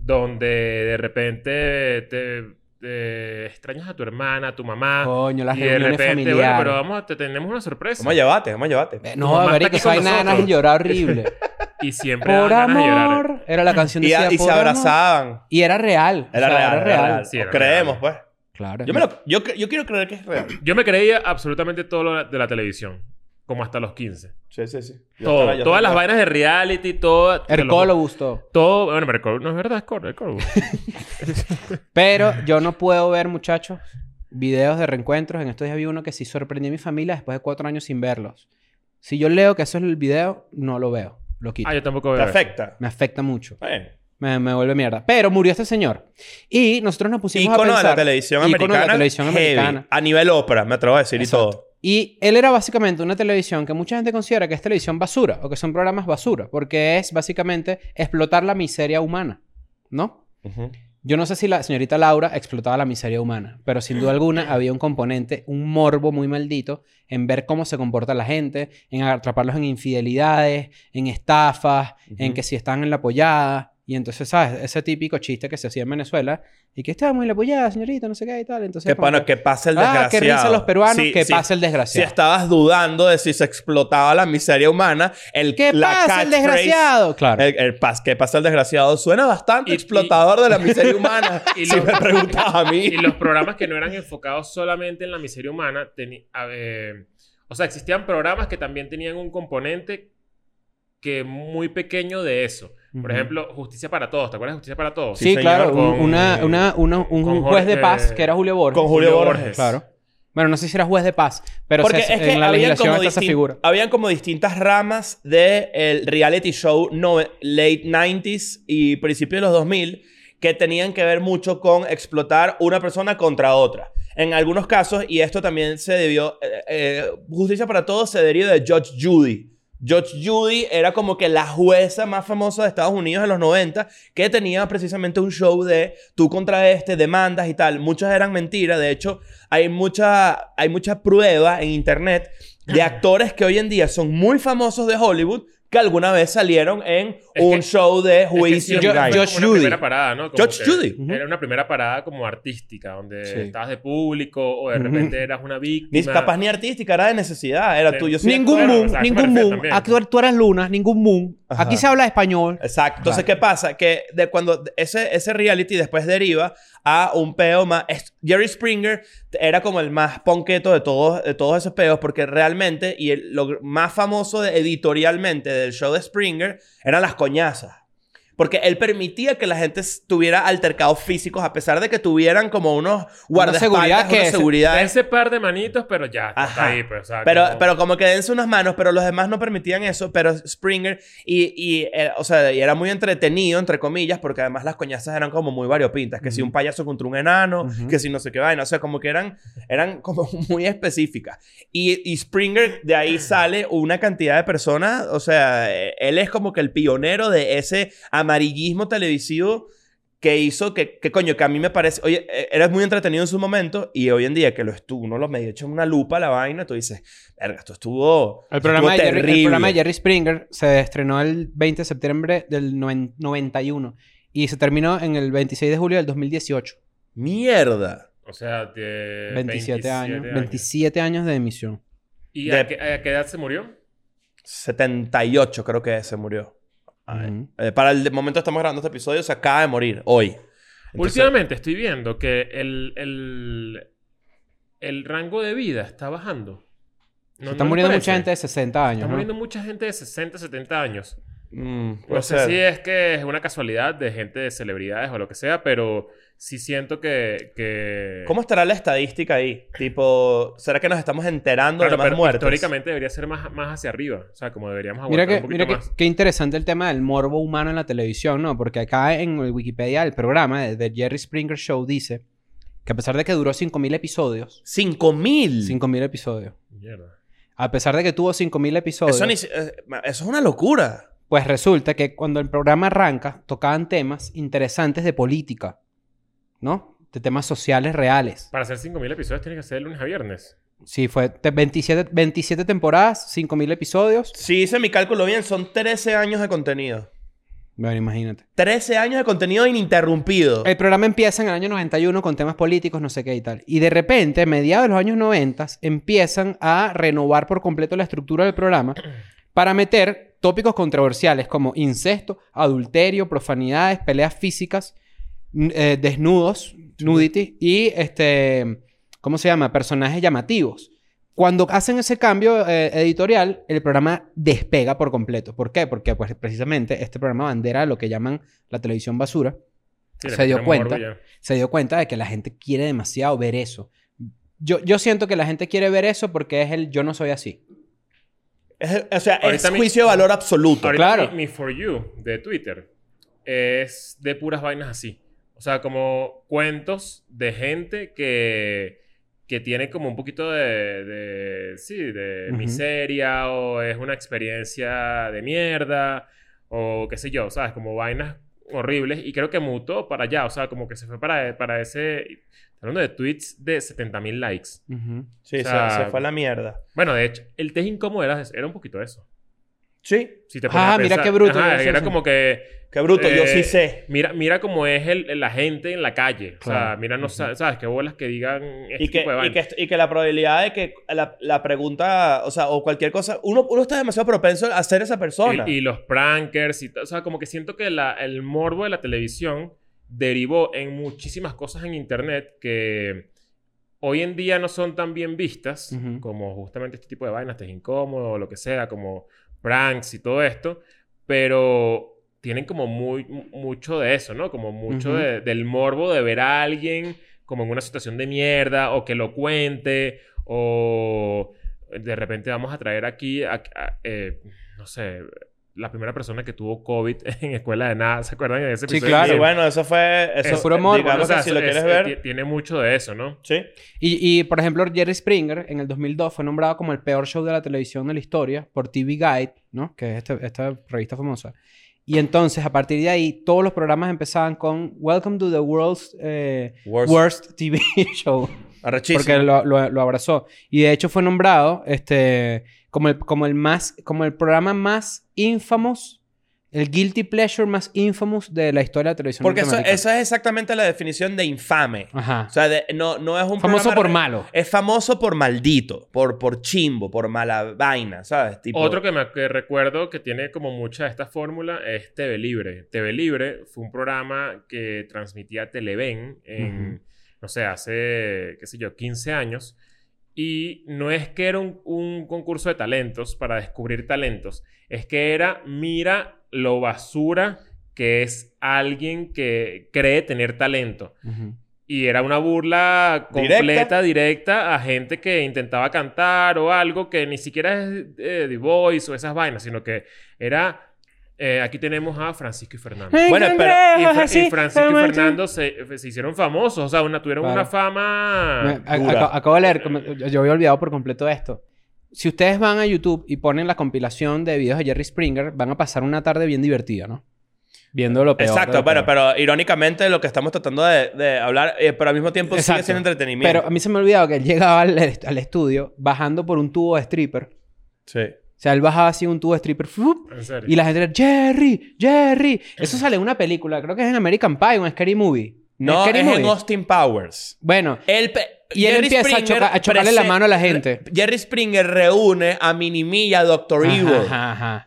[SPEAKER 3] donde de repente te, te extrañas a tu hermana, a tu mamá,
[SPEAKER 1] Coño, Oh, las
[SPEAKER 3] y de
[SPEAKER 1] reuniones
[SPEAKER 3] repente,
[SPEAKER 1] familiares.
[SPEAKER 3] bueno, pero vamos, a- te tenemos una sorpresa.
[SPEAKER 2] Vamos a llevarte, vamos a llevarte.
[SPEAKER 1] Eh,
[SPEAKER 3] tu
[SPEAKER 1] No,
[SPEAKER 3] mamá está
[SPEAKER 1] marico,
[SPEAKER 3] aquí
[SPEAKER 1] esa
[SPEAKER 3] con
[SPEAKER 1] vaina de ganas de
[SPEAKER 3] nosotros.
[SPEAKER 1] llorar horrible.
[SPEAKER 3] Y siempre dan
[SPEAKER 1] Por
[SPEAKER 3] ganas de llorar.
[SPEAKER 1] amor. Era la canción de
[SPEAKER 2] Y, a- y se abrazaban.
[SPEAKER 1] Y era real.
[SPEAKER 2] Era
[SPEAKER 1] o sea,
[SPEAKER 2] real, era real.
[SPEAKER 3] Sí,
[SPEAKER 2] O
[SPEAKER 3] era
[SPEAKER 2] creemos,
[SPEAKER 3] real.
[SPEAKER 2] pues.
[SPEAKER 1] Claro.
[SPEAKER 2] Yo, me lo- yo, cre- yo quiero creer que es real.
[SPEAKER 3] Yo me creía absolutamente todo lo de la televisión, como hasta los 15.
[SPEAKER 2] Sí, sí, sí. Yo
[SPEAKER 3] Todo,
[SPEAKER 2] estaba- yo
[SPEAKER 3] todas las
[SPEAKER 2] estaba-
[SPEAKER 3] vainas de reality, todo. te lo ju-
[SPEAKER 1] Hercólogos, todo.
[SPEAKER 3] Todo, bueno, pero Hercólogos- no es verdad, es cor- Hercólogos.
[SPEAKER 1] Pero yo no puedo ver, muchachos, videos de reencuentros. En estos días vi uno que sí sorprendió a mi familia después de cuatro años sin verlos. Si yo leo que eso es el video, no lo veo. Lo quito.
[SPEAKER 3] ah, yo tampoco
[SPEAKER 2] Te
[SPEAKER 3] veo. eso.
[SPEAKER 2] afecta.
[SPEAKER 1] Me afecta mucho.
[SPEAKER 2] Bueno.
[SPEAKER 1] Me, me vuelve mierda. Pero murió este señor. Y nosotros nos pusimos
[SPEAKER 2] Ícono
[SPEAKER 1] a
[SPEAKER 2] de
[SPEAKER 1] pensar...
[SPEAKER 2] la televisión
[SPEAKER 1] ícono
[SPEAKER 2] americana.
[SPEAKER 1] de la televisión
[SPEAKER 2] heavy.
[SPEAKER 1] americana.
[SPEAKER 2] A nivel ópera, me atrevo a decir y
[SPEAKER 1] Exacto.
[SPEAKER 2] todo.
[SPEAKER 1] Y él era básicamente una televisión que mucha gente considera que es televisión basura o que son programas basura, porque es básicamente explotar la miseria humana, ¿no? Yo no sé si la señorita Laura explotaba la miseria humana, pero sin duda alguna había un componente, un morbo muy maldito en ver cómo se comporta la gente, en atraparlos en infidelidades, en estafas, en
[SPEAKER 2] Ujú.
[SPEAKER 1] que si están en la pollada. Y entonces, ¿sabes? Ese típico chiste que se hacía en Venezuela y que estaba muy la pullada, señorita, no sé qué y tal. Entonces,
[SPEAKER 2] Que,
[SPEAKER 1] como
[SPEAKER 2] pana- que pase el
[SPEAKER 1] ah,
[SPEAKER 2] desgraciado.
[SPEAKER 1] que risa los peruanos,
[SPEAKER 2] Sí,
[SPEAKER 1] que
[SPEAKER 2] sí.
[SPEAKER 1] pase el
[SPEAKER 2] Si
[SPEAKER 1] desgraciado.
[SPEAKER 2] estabas dudando de si se explotaba la miseria humana, el
[SPEAKER 1] ¡Que
[SPEAKER 2] la
[SPEAKER 1] pase el
[SPEAKER 2] catchphrase-
[SPEAKER 1] desgraciado! Claro.
[SPEAKER 2] El, el pas- que pasa el desgraciado suena bastante
[SPEAKER 3] Y-
[SPEAKER 2] explotador de la miseria humana.
[SPEAKER 3] y
[SPEAKER 2] si
[SPEAKER 3] los-
[SPEAKER 2] me preguntas a mí.
[SPEAKER 3] Y los programas que no eran enfocados solamente en la miseria humana, teni- a ver, o sea, existían programas que también tenían un componente que muy pequeño de eso. Por
[SPEAKER 1] Ujú.
[SPEAKER 3] ejemplo, Justicia para Todos. ¿Te acuerdas de Justicia para Todos?
[SPEAKER 1] Sí,
[SPEAKER 2] señor,
[SPEAKER 1] claro. un-
[SPEAKER 3] con-
[SPEAKER 1] una, una, una- un
[SPEAKER 3] con
[SPEAKER 1] juez de
[SPEAKER 3] Jorge-
[SPEAKER 1] paz que era Julio Borges.
[SPEAKER 2] con Julio Borges.
[SPEAKER 1] Claro. Bueno, no sé si era juez de paz, pero
[SPEAKER 2] Porque
[SPEAKER 1] se-
[SPEAKER 2] es que
[SPEAKER 1] en la
[SPEAKER 2] habían,
[SPEAKER 1] legislación
[SPEAKER 2] como
[SPEAKER 1] está esa
[SPEAKER 2] distin-
[SPEAKER 1] figura.
[SPEAKER 2] habían como distintas ramas del reality show no- late 90s y principios de los 2000 que tenían que ver mucho con explotar una persona contra otra. En algunos casos, y esto también se debió, eh, eh, Justicia para Todos se deriva de Judge Judy. Judge Judy era como que la jueza más famosa de Estados Unidos en los 90 que tenía precisamente un show de tú contra este, demandas y tal. Muchas eran mentiras. De hecho, hay mucha, hay mucha prueba en internet
[SPEAKER 3] Ah.
[SPEAKER 2] de actores que hoy en día son muy famosos de Hollywood que alguna vez salieron en
[SPEAKER 3] Es
[SPEAKER 2] un
[SPEAKER 3] que-
[SPEAKER 2] show de juicio.
[SPEAKER 1] sí, yo-
[SPEAKER 2] online.
[SPEAKER 1] yo-
[SPEAKER 3] Josh
[SPEAKER 1] Judge
[SPEAKER 3] una
[SPEAKER 1] Judy.
[SPEAKER 3] primera parada, ¿no?
[SPEAKER 2] Judge
[SPEAKER 3] que
[SPEAKER 2] Judy.
[SPEAKER 1] Ujú.
[SPEAKER 3] Era una primera parada como artística, donde
[SPEAKER 1] Sí.
[SPEAKER 3] estabas de público o de
[SPEAKER 1] Ujú.
[SPEAKER 3] repente eras una
[SPEAKER 2] ni
[SPEAKER 3] víctima.
[SPEAKER 2] capaz ni artística, era de necesidad, era
[SPEAKER 3] Sí.
[SPEAKER 2] tuyo. sí,
[SPEAKER 1] Ningún
[SPEAKER 2] acuerdo.
[SPEAKER 1] boom,
[SPEAKER 3] exacto, me
[SPEAKER 1] ningún
[SPEAKER 3] refiero
[SPEAKER 1] boom.
[SPEAKER 3] también.
[SPEAKER 1] Actuar, tú eras lunas, ningún boom.
[SPEAKER 2] Ajá.
[SPEAKER 1] Aquí se habla español.
[SPEAKER 2] Exacto. Entonces,
[SPEAKER 1] Claro.
[SPEAKER 2] ¿qué pasa? Que de cuando ese, ese reality después deriva a un peo más... es- Jerry Springer era como el más ponqueto de todos, de todos esos peos porque realmente, y el- lo más famoso de- editorialmente del show de Springer eran las coñazas. Porque él permitía que la gente s- tuviera altercados físicos a pesar de que tuvieran como unos
[SPEAKER 1] seguridad
[SPEAKER 2] guardaespaldas,
[SPEAKER 1] que
[SPEAKER 2] unas
[SPEAKER 1] es-
[SPEAKER 2] seguridades.
[SPEAKER 3] Ese par de manitos, pero ya. está
[SPEAKER 2] Ajá.
[SPEAKER 3] ahí, pues, o sea,
[SPEAKER 2] Pero,
[SPEAKER 3] como-
[SPEAKER 2] pero como que dense unas manos, pero los demás no permitían eso. Pero Springer, y, y, eh, o sea, y era muy entretenido, entre comillas, porque además las coñazas eran como muy variopintas. Que si un payaso contra un enano,
[SPEAKER 1] Ujú.
[SPEAKER 2] que si no sé qué vaina. O sea, como que eran, eran como muy específicas. Y, y Springer, de ahí sale una cantidad de personas. O sea, eh, él es como que el pionero de ese amarillismo televisivo que hizo que, que coño, que a mí me parece, oye, eh, era muy entretenido en su momento y hoy en día que lo estuvo, uno lo medio echa en una lupa a la vaina, tú dices, verga, esto estuvo,
[SPEAKER 1] El programa, de
[SPEAKER 2] estuvo
[SPEAKER 1] Jerry, el
[SPEAKER 2] terrible".
[SPEAKER 1] programa de Jerry Springer se estrenó el 20 de septiembre del noven- 91 y se terminó en el 26 de julio del 2018.
[SPEAKER 2] Mierda.
[SPEAKER 3] O sea,
[SPEAKER 2] Eh,
[SPEAKER 3] de
[SPEAKER 1] 27, años, 27 años de emisión.
[SPEAKER 3] ¿Y
[SPEAKER 2] De-
[SPEAKER 3] a, qué, a qué edad se murió?
[SPEAKER 2] 78 creo que se murió. Ay.
[SPEAKER 1] Ujú.
[SPEAKER 2] Eh, para el de- momento estamos grabando este episodio, se acaba de morir hoy. Entonces,
[SPEAKER 3] Últimamente estoy viendo que el, el, el rango de vida está bajando. ¿No-
[SPEAKER 1] se
[SPEAKER 3] no
[SPEAKER 1] está
[SPEAKER 3] les
[SPEAKER 1] muriendo
[SPEAKER 3] parece?
[SPEAKER 1] mucha gente de 60 años.
[SPEAKER 3] Está
[SPEAKER 1] ¿no?
[SPEAKER 3] muriendo mucha gente de 60, 70 años.
[SPEAKER 2] mm,
[SPEAKER 3] No
[SPEAKER 2] puede
[SPEAKER 3] sé
[SPEAKER 2] ser.
[SPEAKER 3] si es que es una casualidad de gente de celebridades o lo que sea, pero sí siento que... que...
[SPEAKER 2] ¿Cómo estará la estadística ahí? Tipo, ¿será que nos estamos enterando
[SPEAKER 3] Claro,
[SPEAKER 2] de más
[SPEAKER 3] pero
[SPEAKER 2] muertos?
[SPEAKER 3] históricamente debería ser más, más hacia arriba. O sea, como deberíamos
[SPEAKER 1] Mira,
[SPEAKER 3] aguantar
[SPEAKER 1] que,
[SPEAKER 3] Ah, un
[SPEAKER 1] mira
[SPEAKER 3] poquito
[SPEAKER 1] que,
[SPEAKER 3] más.
[SPEAKER 1] qué interesante el tema del morbo humano en la televisión, ¿no? Porque acá en el Wikipedia el programa de, de Jerry Springer Show dice que a pesar de que duró 5.000 episodios,
[SPEAKER 2] 5000.
[SPEAKER 1] 5.000 episodios,
[SPEAKER 3] Mierda.
[SPEAKER 1] a pesar de que tuvo 5.000 episodios,
[SPEAKER 2] Eso, ni si- eh, eso es una locura.
[SPEAKER 1] pues resulta que cuando el programa arranca tocaban temas interesantes de política, ¿no? De temas sociales reales.
[SPEAKER 3] Para hacer 5.000 episodios tiene que ser de lunes a viernes.
[SPEAKER 1] Sí, fue te- 27, 27 temporadas, 5.000 episodios.
[SPEAKER 2] Si hice mi cálculo bien, son 13 años de contenido.
[SPEAKER 1] Bueno, imagínate.
[SPEAKER 2] 13 años de contenido ininterrumpido.
[SPEAKER 3] Eh,
[SPEAKER 1] El programa empieza en el año 91 con temas políticos, no sé qué y tal. Y de repente, a mediados de los años 90, empiezan a renovar por completo la estructura del programa para meter tópicos controversiales como incesto, adulterio, profanidades, peleas físicas, n- eh, desnudos, nudity y este, ¿cómo se llama? Personajes llamativos. Cuando hacen ese cambio eh, editorial, el programa despega por completo. ¿Por qué? Porque pues precisamente este programa bandera lo que llaman la televisión basura
[SPEAKER 3] Sí, le
[SPEAKER 1] Se dio
[SPEAKER 3] metieron morbo
[SPEAKER 1] cuenta.
[SPEAKER 3] ya.
[SPEAKER 1] se dio cuenta de que la gente quiere demasiado ver eso. Yo, yo siento que la gente quiere ver eso porque es el yo no soy así.
[SPEAKER 2] Es- o sea, es
[SPEAKER 3] Ahorita mi-
[SPEAKER 2] juicio de valor absoluto.
[SPEAKER 3] Ahorita
[SPEAKER 1] Claro.
[SPEAKER 3] Mi, mi For You de Twitter es de puras vainas así. O sea, como cuentos de gente que, que tiene como un poquito de, de- sí, de
[SPEAKER 1] Ujú.
[SPEAKER 3] miseria o es una experiencia de mierda o qué sé yo, ¿sabes? Como vainas horribles y creo que mutó para allá. O sea, como que se fue para, para ese... Hablando de tweets de 70.000 likes.
[SPEAKER 2] Sí,
[SPEAKER 3] O sea,
[SPEAKER 2] se, se fue a la mierda.
[SPEAKER 3] Bueno, de hecho, el test incómodo era, era un poquito eso.
[SPEAKER 2] Sí.
[SPEAKER 3] Si te
[SPEAKER 1] Ah,
[SPEAKER 3] pones a
[SPEAKER 1] mira
[SPEAKER 3] pensar.
[SPEAKER 1] qué bruto,
[SPEAKER 3] Ajá,
[SPEAKER 1] yo no sé
[SPEAKER 3] era
[SPEAKER 1] eso.
[SPEAKER 3] como que...
[SPEAKER 2] Qué bruto, yo
[SPEAKER 3] eh,
[SPEAKER 2] sí sé.
[SPEAKER 3] Mira, mira cómo es el- la gente en la calle. O sea,
[SPEAKER 1] Claro.
[SPEAKER 3] mira, no sa- sabes qué bolas que digan este
[SPEAKER 2] Y que,
[SPEAKER 3] tipo de
[SPEAKER 2] y,
[SPEAKER 3] vaina.
[SPEAKER 2] que, y que la probabilidad de que la, la pregunta, o sea, o cualquier cosa, uno, uno está demasiado propenso a ser esa persona.
[SPEAKER 3] Y, y los prankers y todo. O sea, como que siento que la- el morbo de la televisión derivó en muchísimas cosas en internet que hoy en día no son tan bien vistas,
[SPEAKER 1] Ujú.
[SPEAKER 3] como justamente este tipo de vainas, te es incómodo, o lo que sea, como pranks y todo esto, pero tienen como muy, mu- mucho de eso, ¿no? Como mucho
[SPEAKER 1] Ujú.
[SPEAKER 3] de- del morbo de ver a alguien como en una situación de mierda, o que lo cuente, o de repente vamos a traer aquí, a- a- eh, no sé, la primera persona que tuvo COVID en escuela de nada, ¿se acuerdan de ese
[SPEAKER 1] Sí,
[SPEAKER 3] episodio?
[SPEAKER 1] claro.
[SPEAKER 2] Y bueno, eso fue... Eso,
[SPEAKER 1] Es puro morbo,
[SPEAKER 2] digamos
[SPEAKER 3] O sea,
[SPEAKER 2] que si lo
[SPEAKER 3] es-
[SPEAKER 2] quieres
[SPEAKER 3] eh,
[SPEAKER 2] ver...
[SPEAKER 3] ti- Tiene mucho de eso, ¿no?
[SPEAKER 2] Sí.
[SPEAKER 1] Y, y, por ejemplo, Jerry Springer en el 2002 fue nombrado como el peor show de la televisión de la historia por TV Guide, ¿no? Que es este- esta revista famosa. Y entonces, a partir de ahí, todos los programas empezaban con Welcome to the World's eh,
[SPEAKER 2] Worst.
[SPEAKER 1] Worst TV Show.
[SPEAKER 2] Arrechísimo.
[SPEAKER 1] Porque lo, lo- lo abrazó. Y de hecho fue nombrado este, como, el, como, el más, como el programa más infamous, el guilty pleasure más infamous de la historia de la televisión.
[SPEAKER 2] Porque eso,
[SPEAKER 1] norteamericana.
[SPEAKER 2] esa es exactamente la definición de infame.
[SPEAKER 1] Ajá.
[SPEAKER 2] O sea, de- no, no es un
[SPEAKER 1] Famoso
[SPEAKER 2] programa-
[SPEAKER 1] por malo.
[SPEAKER 2] Es famoso por maldito, por, por chimbo, por mala vaina, ¿sabes? Tipo,
[SPEAKER 3] Otro que me que recuerdo que tiene como mucha de esta fórmula es TV Libre. TV Libre fue un programa que transmitía Televen en,
[SPEAKER 1] Ujú.
[SPEAKER 3] no sé, hace, qué sé yo, 15 años. Y no es que era un, un concurso de talentos para descubrir talentos. Es que era, mira lo basura que es alguien que cree tener talento.
[SPEAKER 1] Ujú.
[SPEAKER 3] Y era una burla
[SPEAKER 2] Directa.
[SPEAKER 3] completa, directa, a gente que intentaba cantar o algo que ni siquiera es eh, The Voice o esas vainas, sino que era. eh, aquí tenemos a Francisco y Fernando.
[SPEAKER 2] Bueno, pero-
[SPEAKER 3] Y, Fra- y
[SPEAKER 1] Así,
[SPEAKER 3] Francisco y
[SPEAKER 1] como así.
[SPEAKER 3] Fernando se, se hicieron famosos, o sea, una, tuvieron
[SPEAKER 1] Claro.
[SPEAKER 3] una
[SPEAKER 1] Me-
[SPEAKER 3] fama.
[SPEAKER 1] a-
[SPEAKER 2] dura.
[SPEAKER 1] aca- acabo de leer, como- yo yo había olvidado por completo esto. Si ustedes van a YouTube y ponen la compilación de videos de Jerry Springer, van a pasar una tarde bien divertida, ¿no? Viendo lo peor. de
[SPEAKER 2] Exacto,
[SPEAKER 1] lo
[SPEAKER 2] bueno,
[SPEAKER 1] peor.
[SPEAKER 2] pero irónicamente lo que estamos tratando de, de hablar, eh, pero al mismo tiempo sigue
[SPEAKER 1] Exacto.
[SPEAKER 2] siendo entretenimiento.
[SPEAKER 1] Pero a mí se me ha olvidado que él llegaba al, al estudio bajando por un tubo de stripper. O
[SPEAKER 2] Sí.
[SPEAKER 1] sea, él bajaba así un tubo de stripper. ¡fup!
[SPEAKER 3] En serio.
[SPEAKER 1] Y la gente era, Jerry, Jerry. Eso sale en una película, creo que es en American Pie, un scary movie.
[SPEAKER 2] No,
[SPEAKER 1] scary
[SPEAKER 2] es
[SPEAKER 1] movie?
[SPEAKER 2] en Austin Powers.
[SPEAKER 1] Bueno,
[SPEAKER 2] Él pe-
[SPEAKER 1] Y él empieza a choca- a chocarle la
[SPEAKER 2] prese-
[SPEAKER 1] mano a la gente.
[SPEAKER 2] re- Jerry Springer reúne a Minimi y a Doctor
[SPEAKER 1] ajá,
[SPEAKER 2] Evil.
[SPEAKER 1] ajá, ajá.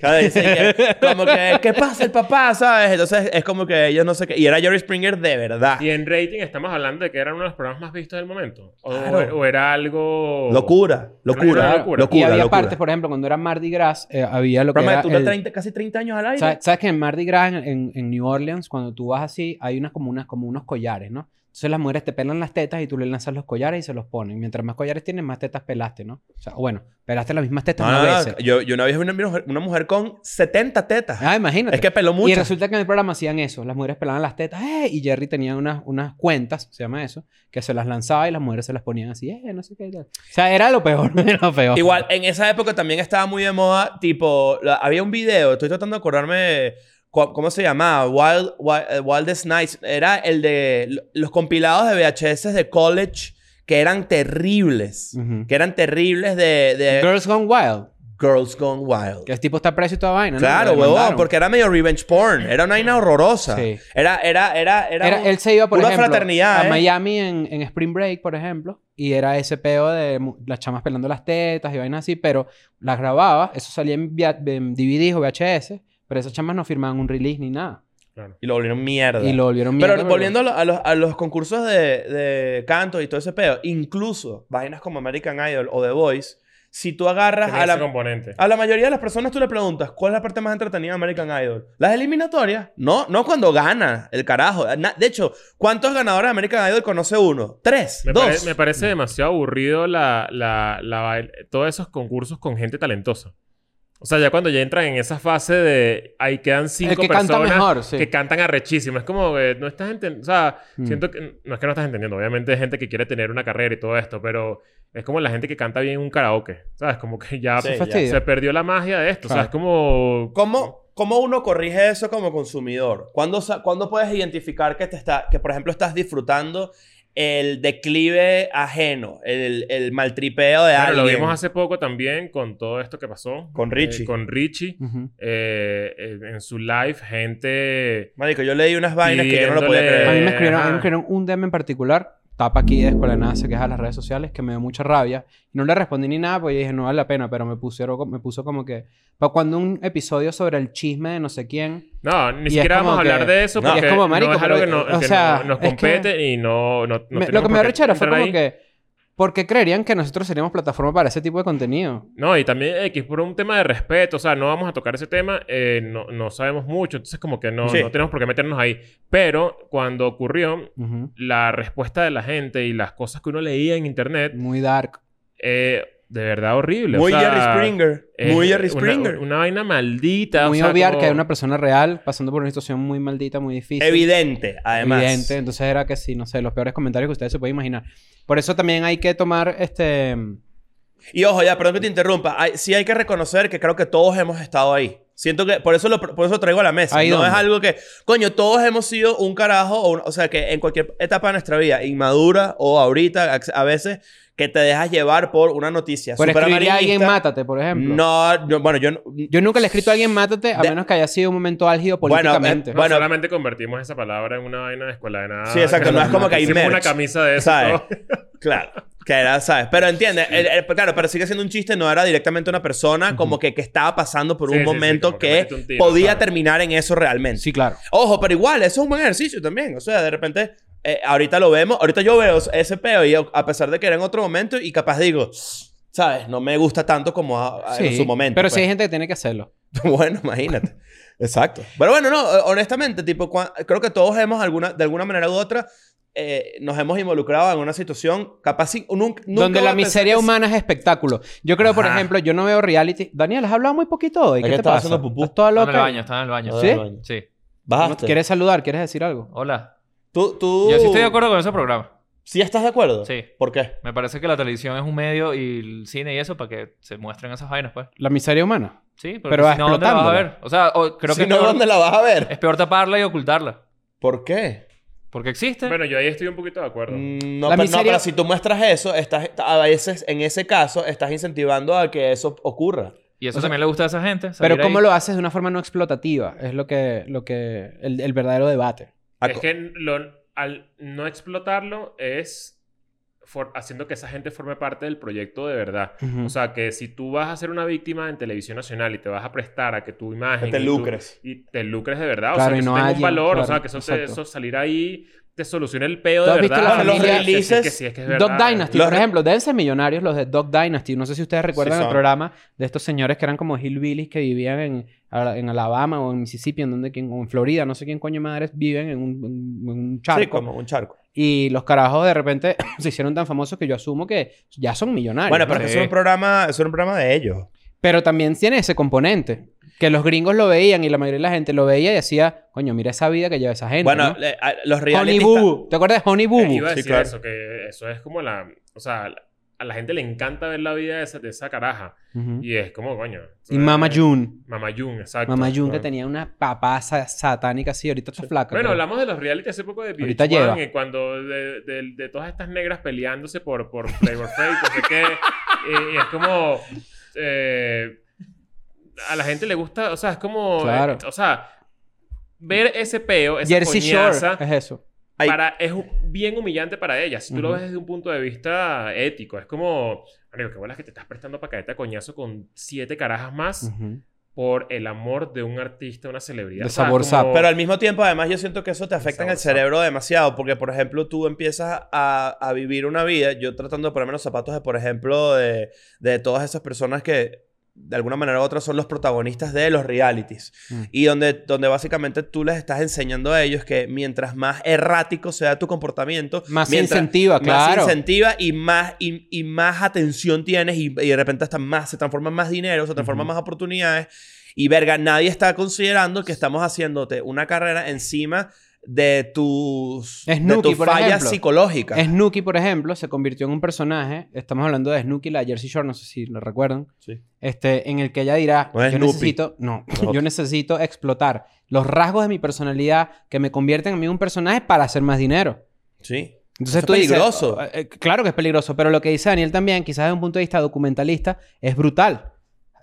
[SPEAKER 2] ¿Sabes? Dice que- como que, ¿qué pasa el papá? ¿Sabes? Entonces es como que ellos no sé qué. Y era Jerry Springer de verdad.
[SPEAKER 3] Y en rating estamos hablando de que era uno de los programas más vistos del momento. O,
[SPEAKER 2] Claro.
[SPEAKER 3] o era algo.
[SPEAKER 1] oh.
[SPEAKER 2] Locura, locura,
[SPEAKER 3] Claro.
[SPEAKER 2] locura.
[SPEAKER 1] y había
[SPEAKER 2] locura.
[SPEAKER 1] partes, por ejemplo, cuando era Mardi Gras, eh, había lo que
[SPEAKER 2] Programa
[SPEAKER 1] era
[SPEAKER 2] que dura
[SPEAKER 1] el-
[SPEAKER 2] 30 casi 30 años al aire.
[SPEAKER 1] ¿Sabes, sabes que en Mardi Gras, en- en, en New Orleans, cuando tú vas así, hay unas como, unas como unos collares, ¿no? Entonces las mujeres te pelan las tetas y tú le lanzas los collares y se los ponen. Mientras más collares tienes, más tetas pelaste, ¿no? O sea, bueno, pelaste las mismas tetas
[SPEAKER 2] No, no,
[SPEAKER 1] más
[SPEAKER 2] no.
[SPEAKER 1] veces.
[SPEAKER 2] Yo, yo una vez vi una mujer, una mujer con 70 tetas.
[SPEAKER 1] Ah, imagínate.
[SPEAKER 2] es que peló
[SPEAKER 1] y
[SPEAKER 2] mucho.
[SPEAKER 1] resulta que en el programa hacían eso. Las mujeres pelaban las tetas ¡eh! y Jerry tenía unas, unas cuentas, se llama eso, que se las lanzaba y las mujeres se las ponían así, ¡eh! No sé qué. tal. O sea, era lo peor, era lo peor.
[SPEAKER 2] Igual, en esa época también estaba muy de moda, tipo, la- había un video, estoy tratando de acordarme cu- cómo se llamaba, Wild, Wild- eh, Wildest Nights, era el de lo- los compilados de VHS de college que eran terribles,
[SPEAKER 1] Ujú.
[SPEAKER 2] que eran terribles de, de
[SPEAKER 1] Girls Gone Wild,
[SPEAKER 2] Girls Gone Wild.
[SPEAKER 1] que el tipo está preso y toda vaina. ¿no?
[SPEAKER 2] Claro,
[SPEAKER 1] Lo
[SPEAKER 2] huevón,
[SPEAKER 1] demandaron.
[SPEAKER 2] porque era medio revenge porn, era una vaina horrorosa.
[SPEAKER 1] Sí.
[SPEAKER 2] Era, era, era, era,
[SPEAKER 1] Era-
[SPEAKER 2] un-
[SPEAKER 1] él se iba, por
[SPEAKER 2] pura
[SPEAKER 1] ejemplo,
[SPEAKER 2] fraternidad,
[SPEAKER 1] a
[SPEAKER 2] ¿eh?
[SPEAKER 1] Miami en, en Spring Break, por ejemplo, y era ese peo de mu- las chamas pelando las tetas y vainas así, pero las grababa, eso salía en, via- en DVDs o VHS, pero esas chamas no firmaban un release ni nada.
[SPEAKER 3] Claro.
[SPEAKER 2] Y lo volvieron mierda.
[SPEAKER 1] Y lo volvieron mierda.
[SPEAKER 2] Pero volviendo a, lo- a los, a los concursos de, de canto y todo ese pedo, incluso vainas como American Idol o The Voice, si tú agarras
[SPEAKER 3] Tenía
[SPEAKER 2] a
[SPEAKER 3] ese
[SPEAKER 2] la,
[SPEAKER 3] componente.
[SPEAKER 2] a la mayoría de las personas, tú le preguntas, ¿cuál es la parte más entretenida de American Idol? Las eliminatorias. No, no cuando gana el carajo. Na- de hecho, ¿cuántos ganadores de American Idol conoce uno? Tres,
[SPEAKER 3] Me,
[SPEAKER 2] dos.
[SPEAKER 3] pare- me parece demasiado aburrido la, la, la bail- todos esos concursos con gente talentosa. O sea, ya cuando ya entran en esa fase de ahí quedan cinco
[SPEAKER 1] El que
[SPEAKER 3] personas
[SPEAKER 1] canta mejor, sí.
[SPEAKER 3] que cantan arrechísimo. Es como que no estás entendiendo. O sea,
[SPEAKER 1] Mm.
[SPEAKER 3] siento que. No es que no estás entendiendo. Obviamente hay gente que quiere tener una carrera y todo esto, pero es como la gente que canta bien en un karaoke. ¿Sabes? Como que ya
[SPEAKER 2] Sí,
[SPEAKER 3] se-
[SPEAKER 1] fastidio.
[SPEAKER 3] se perdió la magia de esto. O sea,
[SPEAKER 1] Claro.
[SPEAKER 3] es como.
[SPEAKER 2] ¿Cómo, ¿Cómo uno corrige eso como consumidor? ¿Cuándo, sa- cuándo puedes identificar que, te está, que, por ejemplo, estás disfrutando el declive ajeno, el, el maltripeo de
[SPEAKER 3] Claro,
[SPEAKER 2] alguien.
[SPEAKER 3] lo vimos hace poco también con todo esto que pasó.
[SPEAKER 2] Con
[SPEAKER 3] eh,
[SPEAKER 2] Richie.
[SPEAKER 3] con Richie.
[SPEAKER 1] Ujú.
[SPEAKER 3] eh, eh, en su live, gente...
[SPEAKER 2] Marico, yo leí unas vainas que yo no lo podía
[SPEAKER 3] Pidiéndole-
[SPEAKER 2] creer.
[SPEAKER 1] A mí
[SPEAKER 3] Eh,
[SPEAKER 1] me escribieron, a mí me
[SPEAKER 3] ajá.
[SPEAKER 1] escribieron un DM en particular, tapa aquí de Escuela de Nada, se queja de las redes sociales, que me dio mucha rabia. No le respondí ni nada, porque dije, no vale la pena, pero me pusieron, co- me puso como que... Para cuando un episodio sobre el chisme de no sé quién...
[SPEAKER 3] No, ni
[SPEAKER 1] es
[SPEAKER 3] siquiera
[SPEAKER 1] como
[SPEAKER 3] vamos a hablar
[SPEAKER 1] que-
[SPEAKER 3] de eso
[SPEAKER 2] No.
[SPEAKER 3] porque
[SPEAKER 1] Y es como,
[SPEAKER 3] no
[SPEAKER 1] marico,
[SPEAKER 3] es algo
[SPEAKER 1] pero-
[SPEAKER 3] que, no-
[SPEAKER 1] o
[SPEAKER 3] que
[SPEAKER 1] sea,
[SPEAKER 3] no- nos
[SPEAKER 1] es que-
[SPEAKER 3] compete y no... no, no
[SPEAKER 1] Me- lo
[SPEAKER 3] tenemos
[SPEAKER 1] que me
[SPEAKER 3] por
[SPEAKER 1] dio
[SPEAKER 3] qué
[SPEAKER 1] rechera fue
[SPEAKER 3] entrar
[SPEAKER 1] como
[SPEAKER 3] ahí.
[SPEAKER 1] que... ¿Por qué creerían que nosotros seríamos plataforma para ese tipo de contenido?
[SPEAKER 3] No, y también X por un tema de respeto, o sea, no vamos a tocar ese tema, eh, no, no sabemos mucho, entonces como que no,
[SPEAKER 2] Sí.
[SPEAKER 3] no tenemos por qué meternos ahí. Pero cuando ocurrió,
[SPEAKER 1] Ujú.
[SPEAKER 3] la respuesta de la gente y las cosas que uno leía en internet,
[SPEAKER 1] Muy dark.
[SPEAKER 3] eh, de verdad horrible. o
[SPEAKER 2] Muy
[SPEAKER 3] sea,
[SPEAKER 2] Jerry Springer.
[SPEAKER 3] es
[SPEAKER 2] Muy Jerry
[SPEAKER 3] una-
[SPEAKER 2] Springer.
[SPEAKER 3] Una, vaina maldita. o
[SPEAKER 1] muy
[SPEAKER 3] sea,
[SPEAKER 1] obviar
[SPEAKER 3] como-
[SPEAKER 1] que hay una persona real pasando por una situación muy maldita, muy difícil.
[SPEAKER 2] Evidente, además.
[SPEAKER 1] Evidente. Entonces era que sí, no sé, los peores comentarios que ustedes se pueden imaginar. Por eso también hay que tomar este...
[SPEAKER 2] Y ojo, ya, perdón que te interrumpa. Hay- sí hay que reconocer que creo que todos hemos estado ahí. Siento que por eso lo, por eso lo traigo a la mesa.
[SPEAKER 1] Ahí
[SPEAKER 2] no es
[SPEAKER 1] donde.
[SPEAKER 2] algo que, coño, todos hemos sido un carajo, o, un- o sea, que en cualquier etapa de nuestra vida, inmadura o ahorita, a, a veces, que te dejas llevar por una noticia.
[SPEAKER 1] Por
[SPEAKER 2] súper
[SPEAKER 1] escribirle a alguien,
[SPEAKER 2] amarilista.
[SPEAKER 1] mátate, por ejemplo.
[SPEAKER 2] No, yo- bueno, yo, no-
[SPEAKER 1] Yo nunca le he escrito a alguien mátate, a
[SPEAKER 2] De-
[SPEAKER 1] menos que haya sido un momento álgido
[SPEAKER 2] Bueno, eh,
[SPEAKER 1] políticamente.
[SPEAKER 3] No,
[SPEAKER 2] Bueno-
[SPEAKER 3] solamente convertimos esa palabra en una vaina de escuela de nada.
[SPEAKER 2] Sí, exacto,
[SPEAKER 1] no es como que
[SPEAKER 2] hay
[SPEAKER 3] Hicimos una
[SPEAKER 2] merch,
[SPEAKER 3] camisa de eso.
[SPEAKER 2] ¿sabes?
[SPEAKER 3] ¿no?
[SPEAKER 2] Claro. Que era, ¿sabes? Pero entiende, el- el- claro, pero sigue siendo un chiste, no era directamente una persona como que, que estaba pasando por
[SPEAKER 3] Sí,
[SPEAKER 2] un
[SPEAKER 3] sí, sí,
[SPEAKER 2] momento
[SPEAKER 3] como que
[SPEAKER 2] que,
[SPEAKER 3] metiste un tiro,
[SPEAKER 2] podía
[SPEAKER 3] ¿sabes?
[SPEAKER 2] terminar en eso realmente.
[SPEAKER 1] sí, claro.
[SPEAKER 2] Ojo, pero igual, eso es un buen ejercicio también. O sea, de repente, eh, ahorita lo vemos, ahorita yo veo ese peo y a pesar de que era en otro momento y capaz digo, ¿sabes? No me gusta tanto como a- a- en
[SPEAKER 1] Sí,
[SPEAKER 2] su momento.
[SPEAKER 1] Pero
[SPEAKER 2] pues.
[SPEAKER 1] sí hay gente que tiene que hacerlo.
[SPEAKER 2] Bueno, imagínate. Exacto. Pero bueno, no, eh, honestamente, tipo, cua- creo que todos hemos alguna, de alguna manera u otra. eh, nos hemos involucrado en una situación capaz sin, nunca, nunca
[SPEAKER 1] Donde
[SPEAKER 2] voy
[SPEAKER 1] la
[SPEAKER 2] a pensar
[SPEAKER 1] miseria
[SPEAKER 2] que-
[SPEAKER 1] humana es espectáculo. Yo creo, por
[SPEAKER 2] Ajá.
[SPEAKER 1] ejemplo, yo no veo reality. Daniel, has hablado muy poquito hoy.
[SPEAKER 2] Es
[SPEAKER 1] ¿Qué te
[SPEAKER 2] que estaba
[SPEAKER 1] pasa?
[SPEAKER 2] haciendo pupú. Ah,
[SPEAKER 1] ¿Estás toda
[SPEAKER 4] Estaba en el
[SPEAKER 1] loca?
[SPEAKER 4] baño, estaba en el baño.
[SPEAKER 1] ¿Sí?
[SPEAKER 4] Sí.
[SPEAKER 2] Bajaste.
[SPEAKER 1] ¿Quieres saludar? ¿Quieres decir algo?
[SPEAKER 4] Hola.
[SPEAKER 2] Tú, tú...
[SPEAKER 4] Yo sí estoy de acuerdo con ese programa.
[SPEAKER 2] ¿Sí estás de acuerdo?
[SPEAKER 4] Sí.
[SPEAKER 2] ¿Por qué?
[SPEAKER 4] Me parece que la televisión es un medio y el cine y eso para que se muestren esas vainas, pues.
[SPEAKER 1] La miseria humana.
[SPEAKER 4] Sí, pero,
[SPEAKER 1] Pero
[SPEAKER 4] si no, ¿dónde la vas a
[SPEAKER 1] explotándola.
[SPEAKER 4] ver? O sea, o- creo
[SPEAKER 2] si
[SPEAKER 4] que Eh.
[SPEAKER 2] no,
[SPEAKER 4] es, peor,
[SPEAKER 2] ¿dónde la vas a ver?
[SPEAKER 4] es peor taparla y ocultarla.
[SPEAKER 2] ¿Por qué?
[SPEAKER 4] Porque existe.
[SPEAKER 3] Bueno, yo ahí estoy un poquito de acuerdo.
[SPEAKER 2] Mm, No,
[SPEAKER 1] La
[SPEAKER 2] pero, no,
[SPEAKER 1] miseria-
[SPEAKER 2] pero si tú muestras eso, estás, a veces, en ese caso, estás incentivando a que eso ocurra.
[SPEAKER 4] y eso
[SPEAKER 1] o sea,
[SPEAKER 4] también le gusta a esa gente.
[SPEAKER 1] Pero
[SPEAKER 4] salir ahí.
[SPEAKER 1] ¿cómo lo haces de una forma no explotativa? Es lo que... Lo que el, el verdadero debate.
[SPEAKER 2] A
[SPEAKER 3] Es
[SPEAKER 2] co-
[SPEAKER 3] que lo- al no explotarlo es for- haciendo que esa gente forme parte del proyecto de verdad.
[SPEAKER 2] Mm.
[SPEAKER 1] Ujú.
[SPEAKER 3] O sea, que si tú vas a ser una víctima en televisión nacional y te vas a prestar a que tu
[SPEAKER 2] que
[SPEAKER 3] imagen...
[SPEAKER 2] te
[SPEAKER 3] y tu-
[SPEAKER 2] lucres.
[SPEAKER 3] Y te lucres de verdad. o
[SPEAKER 1] Claro, y
[SPEAKER 3] sea, que eso
[SPEAKER 1] no
[SPEAKER 3] tenga un
[SPEAKER 1] alguien,
[SPEAKER 3] valor. o sea,
[SPEAKER 1] claro,
[SPEAKER 3] que eso, te,
[SPEAKER 1] exacto.
[SPEAKER 3] eso salir ahí te solucione el peo
[SPEAKER 1] ¿Tú
[SPEAKER 3] de
[SPEAKER 1] has visto
[SPEAKER 3] verdad.
[SPEAKER 1] la Bueno, los familia-
[SPEAKER 3] Sí, sí,
[SPEAKER 2] releases-
[SPEAKER 3] que sí, es que es
[SPEAKER 1] Dog
[SPEAKER 3] verdad.
[SPEAKER 1] Dynasty,
[SPEAKER 2] Los
[SPEAKER 1] por
[SPEAKER 2] re-
[SPEAKER 1] ejemplo, dense millonarios los de Dog Dynasty. No sé si ustedes recuerdan
[SPEAKER 2] Sí,
[SPEAKER 1] el
[SPEAKER 2] son.
[SPEAKER 1] programa de estos señores que eran como hillbillies que vivían en, Ala- en Alabama o en Mississippi, en donde quien- o en Florida, no sé quién coño madres viven en un, en- en un charco.
[SPEAKER 2] Sí, como un charco.
[SPEAKER 1] Y los carajos de repente se hicieron tan famosos que yo asumo que ya son millonarios.
[SPEAKER 2] Bueno,
[SPEAKER 1] ¿no?
[SPEAKER 2] pero es que
[SPEAKER 4] sí.
[SPEAKER 2] eso es un programa, eso es un programa de ellos.
[SPEAKER 1] Pero también tiene ese componente. Que los gringos lo veían y la mayoría de la gente lo veía y decía, coño, mira esa vida que lleva esa gente.
[SPEAKER 2] Bueno,
[SPEAKER 1] ¿no?
[SPEAKER 2] le- a- los
[SPEAKER 1] Honey
[SPEAKER 2] realistas...
[SPEAKER 1] Boo Boo. ¿Te acuerdas de Honey Boo
[SPEAKER 3] Eh,
[SPEAKER 1] Boo?
[SPEAKER 3] iba a
[SPEAKER 2] Sí,
[SPEAKER 3] decir
[SPEAKER 2] claro.
[SPEAKER 3] eso, que eso es como la... O sea, la- a la gente le encanta ver la vida de esa, de esa caraja.
[SPEAKER 1] Ujú.
[SPEAKER 3] Y es como, coño...
[SPEAKER 1] Y Mama
[SPEAKER 3] June.
[SPEAKER 1] June.
[SPEAKER 3] Mama June, exacto.
[SPEAKER 1] Mamá Jun que
[SPEAKER 3] Claro.
[SPEAKER 1] tenía una papaza satánica así, ahorita está flaca. pero-
[SPEAKER 3] Bueno, hablamos de los reality hace poco de
[SPEAKER 1] Ahorita
[SPEAKER 3] VH1
[SPEAKER 1] lleva.
[SPEAKER 3] y cuando de, de- de todas estas negras peleándose por, por Flavor Fake, no sé qué. Y, y es como... eh, a la gente le gusta... O sea, es como...
[SPEAKER 1] Claro.
[SPEAKER 3] eh, o sea, ver ese peo, esa
[SPEAKER 1] Jersey
[SPEAKER 3] coñaza,
[SPEAKER 1] Shore es eso.
[SPEAKER 2] Ay.
[SPEAKER 3] para, es un- bien humillante para ella. Si tú lo
[SPEAKER 1] Ujú.
[SPEAKER 3] ves desde un punto de vista ético, es como... Marico, qué bolas que te estás prestando para caerte a coñazo con siete carajas más por el amor de un artista, una celebridad.
[SPEAKER 1] De
[SPEAKER 3] O sea,
[SPEAKER 1] sabor
[SPEAKER 3] como-
[SPEAKER 1] sap.
[SPEAKER 2] Pero al mismo tiempo, además, yo siento que eso te afecta en el
[SPEAKER 3] Sabroso.
[SPEAKER 2] cerebro demasiado. Porque, por ejemplo, tú empiezas a, a vivir una vida. Yo tratando de ponerme los zapatos de, por ejemplo, de, de todas esas personas que de alguna manera u otra son los protagonistas de los realities.
[SPEAKER 1] Mm.
[SPEAKER 2] Y donde, donde básicamente tú les estás enseñando a ellos que mientras más errático sea tu comportamiento,
[SPEAKER 1] Más
[SPEAKER 2] mientras-
[SPEAKER 1] incentiva, Ah, claro.
[SPEAKER 2] Más incentiva y más, y, y más atención tienes y, y de repente hasta más, se transforma en más dinero, se transforman
[SPEAKER 1] Ujú.
[SPEAKER 2] más oportunidades. Y verga, nadie está considerando que estamos haciéndote una carrera encima de tus,
[SPEAKER 1] Snooki,
[SPEAKER 2] de tus
[SPEAKER 1] por
[SPEAKER 2] fallas
[SPEAKER 1] ejemplo.
[SPEAKER 2] psicológicas.
[SPEAKER 1] Snooki, por ejemplo, se convirtió en un personaje. Estamos hablando de Snooki, la de Jersey Shore, no sé si lo recuerdan.
[SPEAKER 2] Sí.
[SPEAKER 1] Este, en el que ella dirá,
[SPEAKER 2] No es
[SPEAKER 1] yo
[SPEAKER 2] Snoopy.
[SPEAKER 1] necesito, no,
[SPEAKER 2] Es otro.
[SPEAKER 1] yo necesito explotar los rasgos de mi personalidad que me convierten a mí en un personaje para hacer más dinero.
[SPEAKER 2] Sí.
[SPEAKER 1] Entonces
[SPEAKER 2] Eso
[SPEAKER 1] tú
[SPEAKER 2] es
[SPEAKER 1] dices,
[SPEAKER 2] peligroso.
[SPEAKER 1] eh, eh, claro que es peligroso, pero lo que dice Daniel también, quizás desde un punto de vista documentalista, es brutal.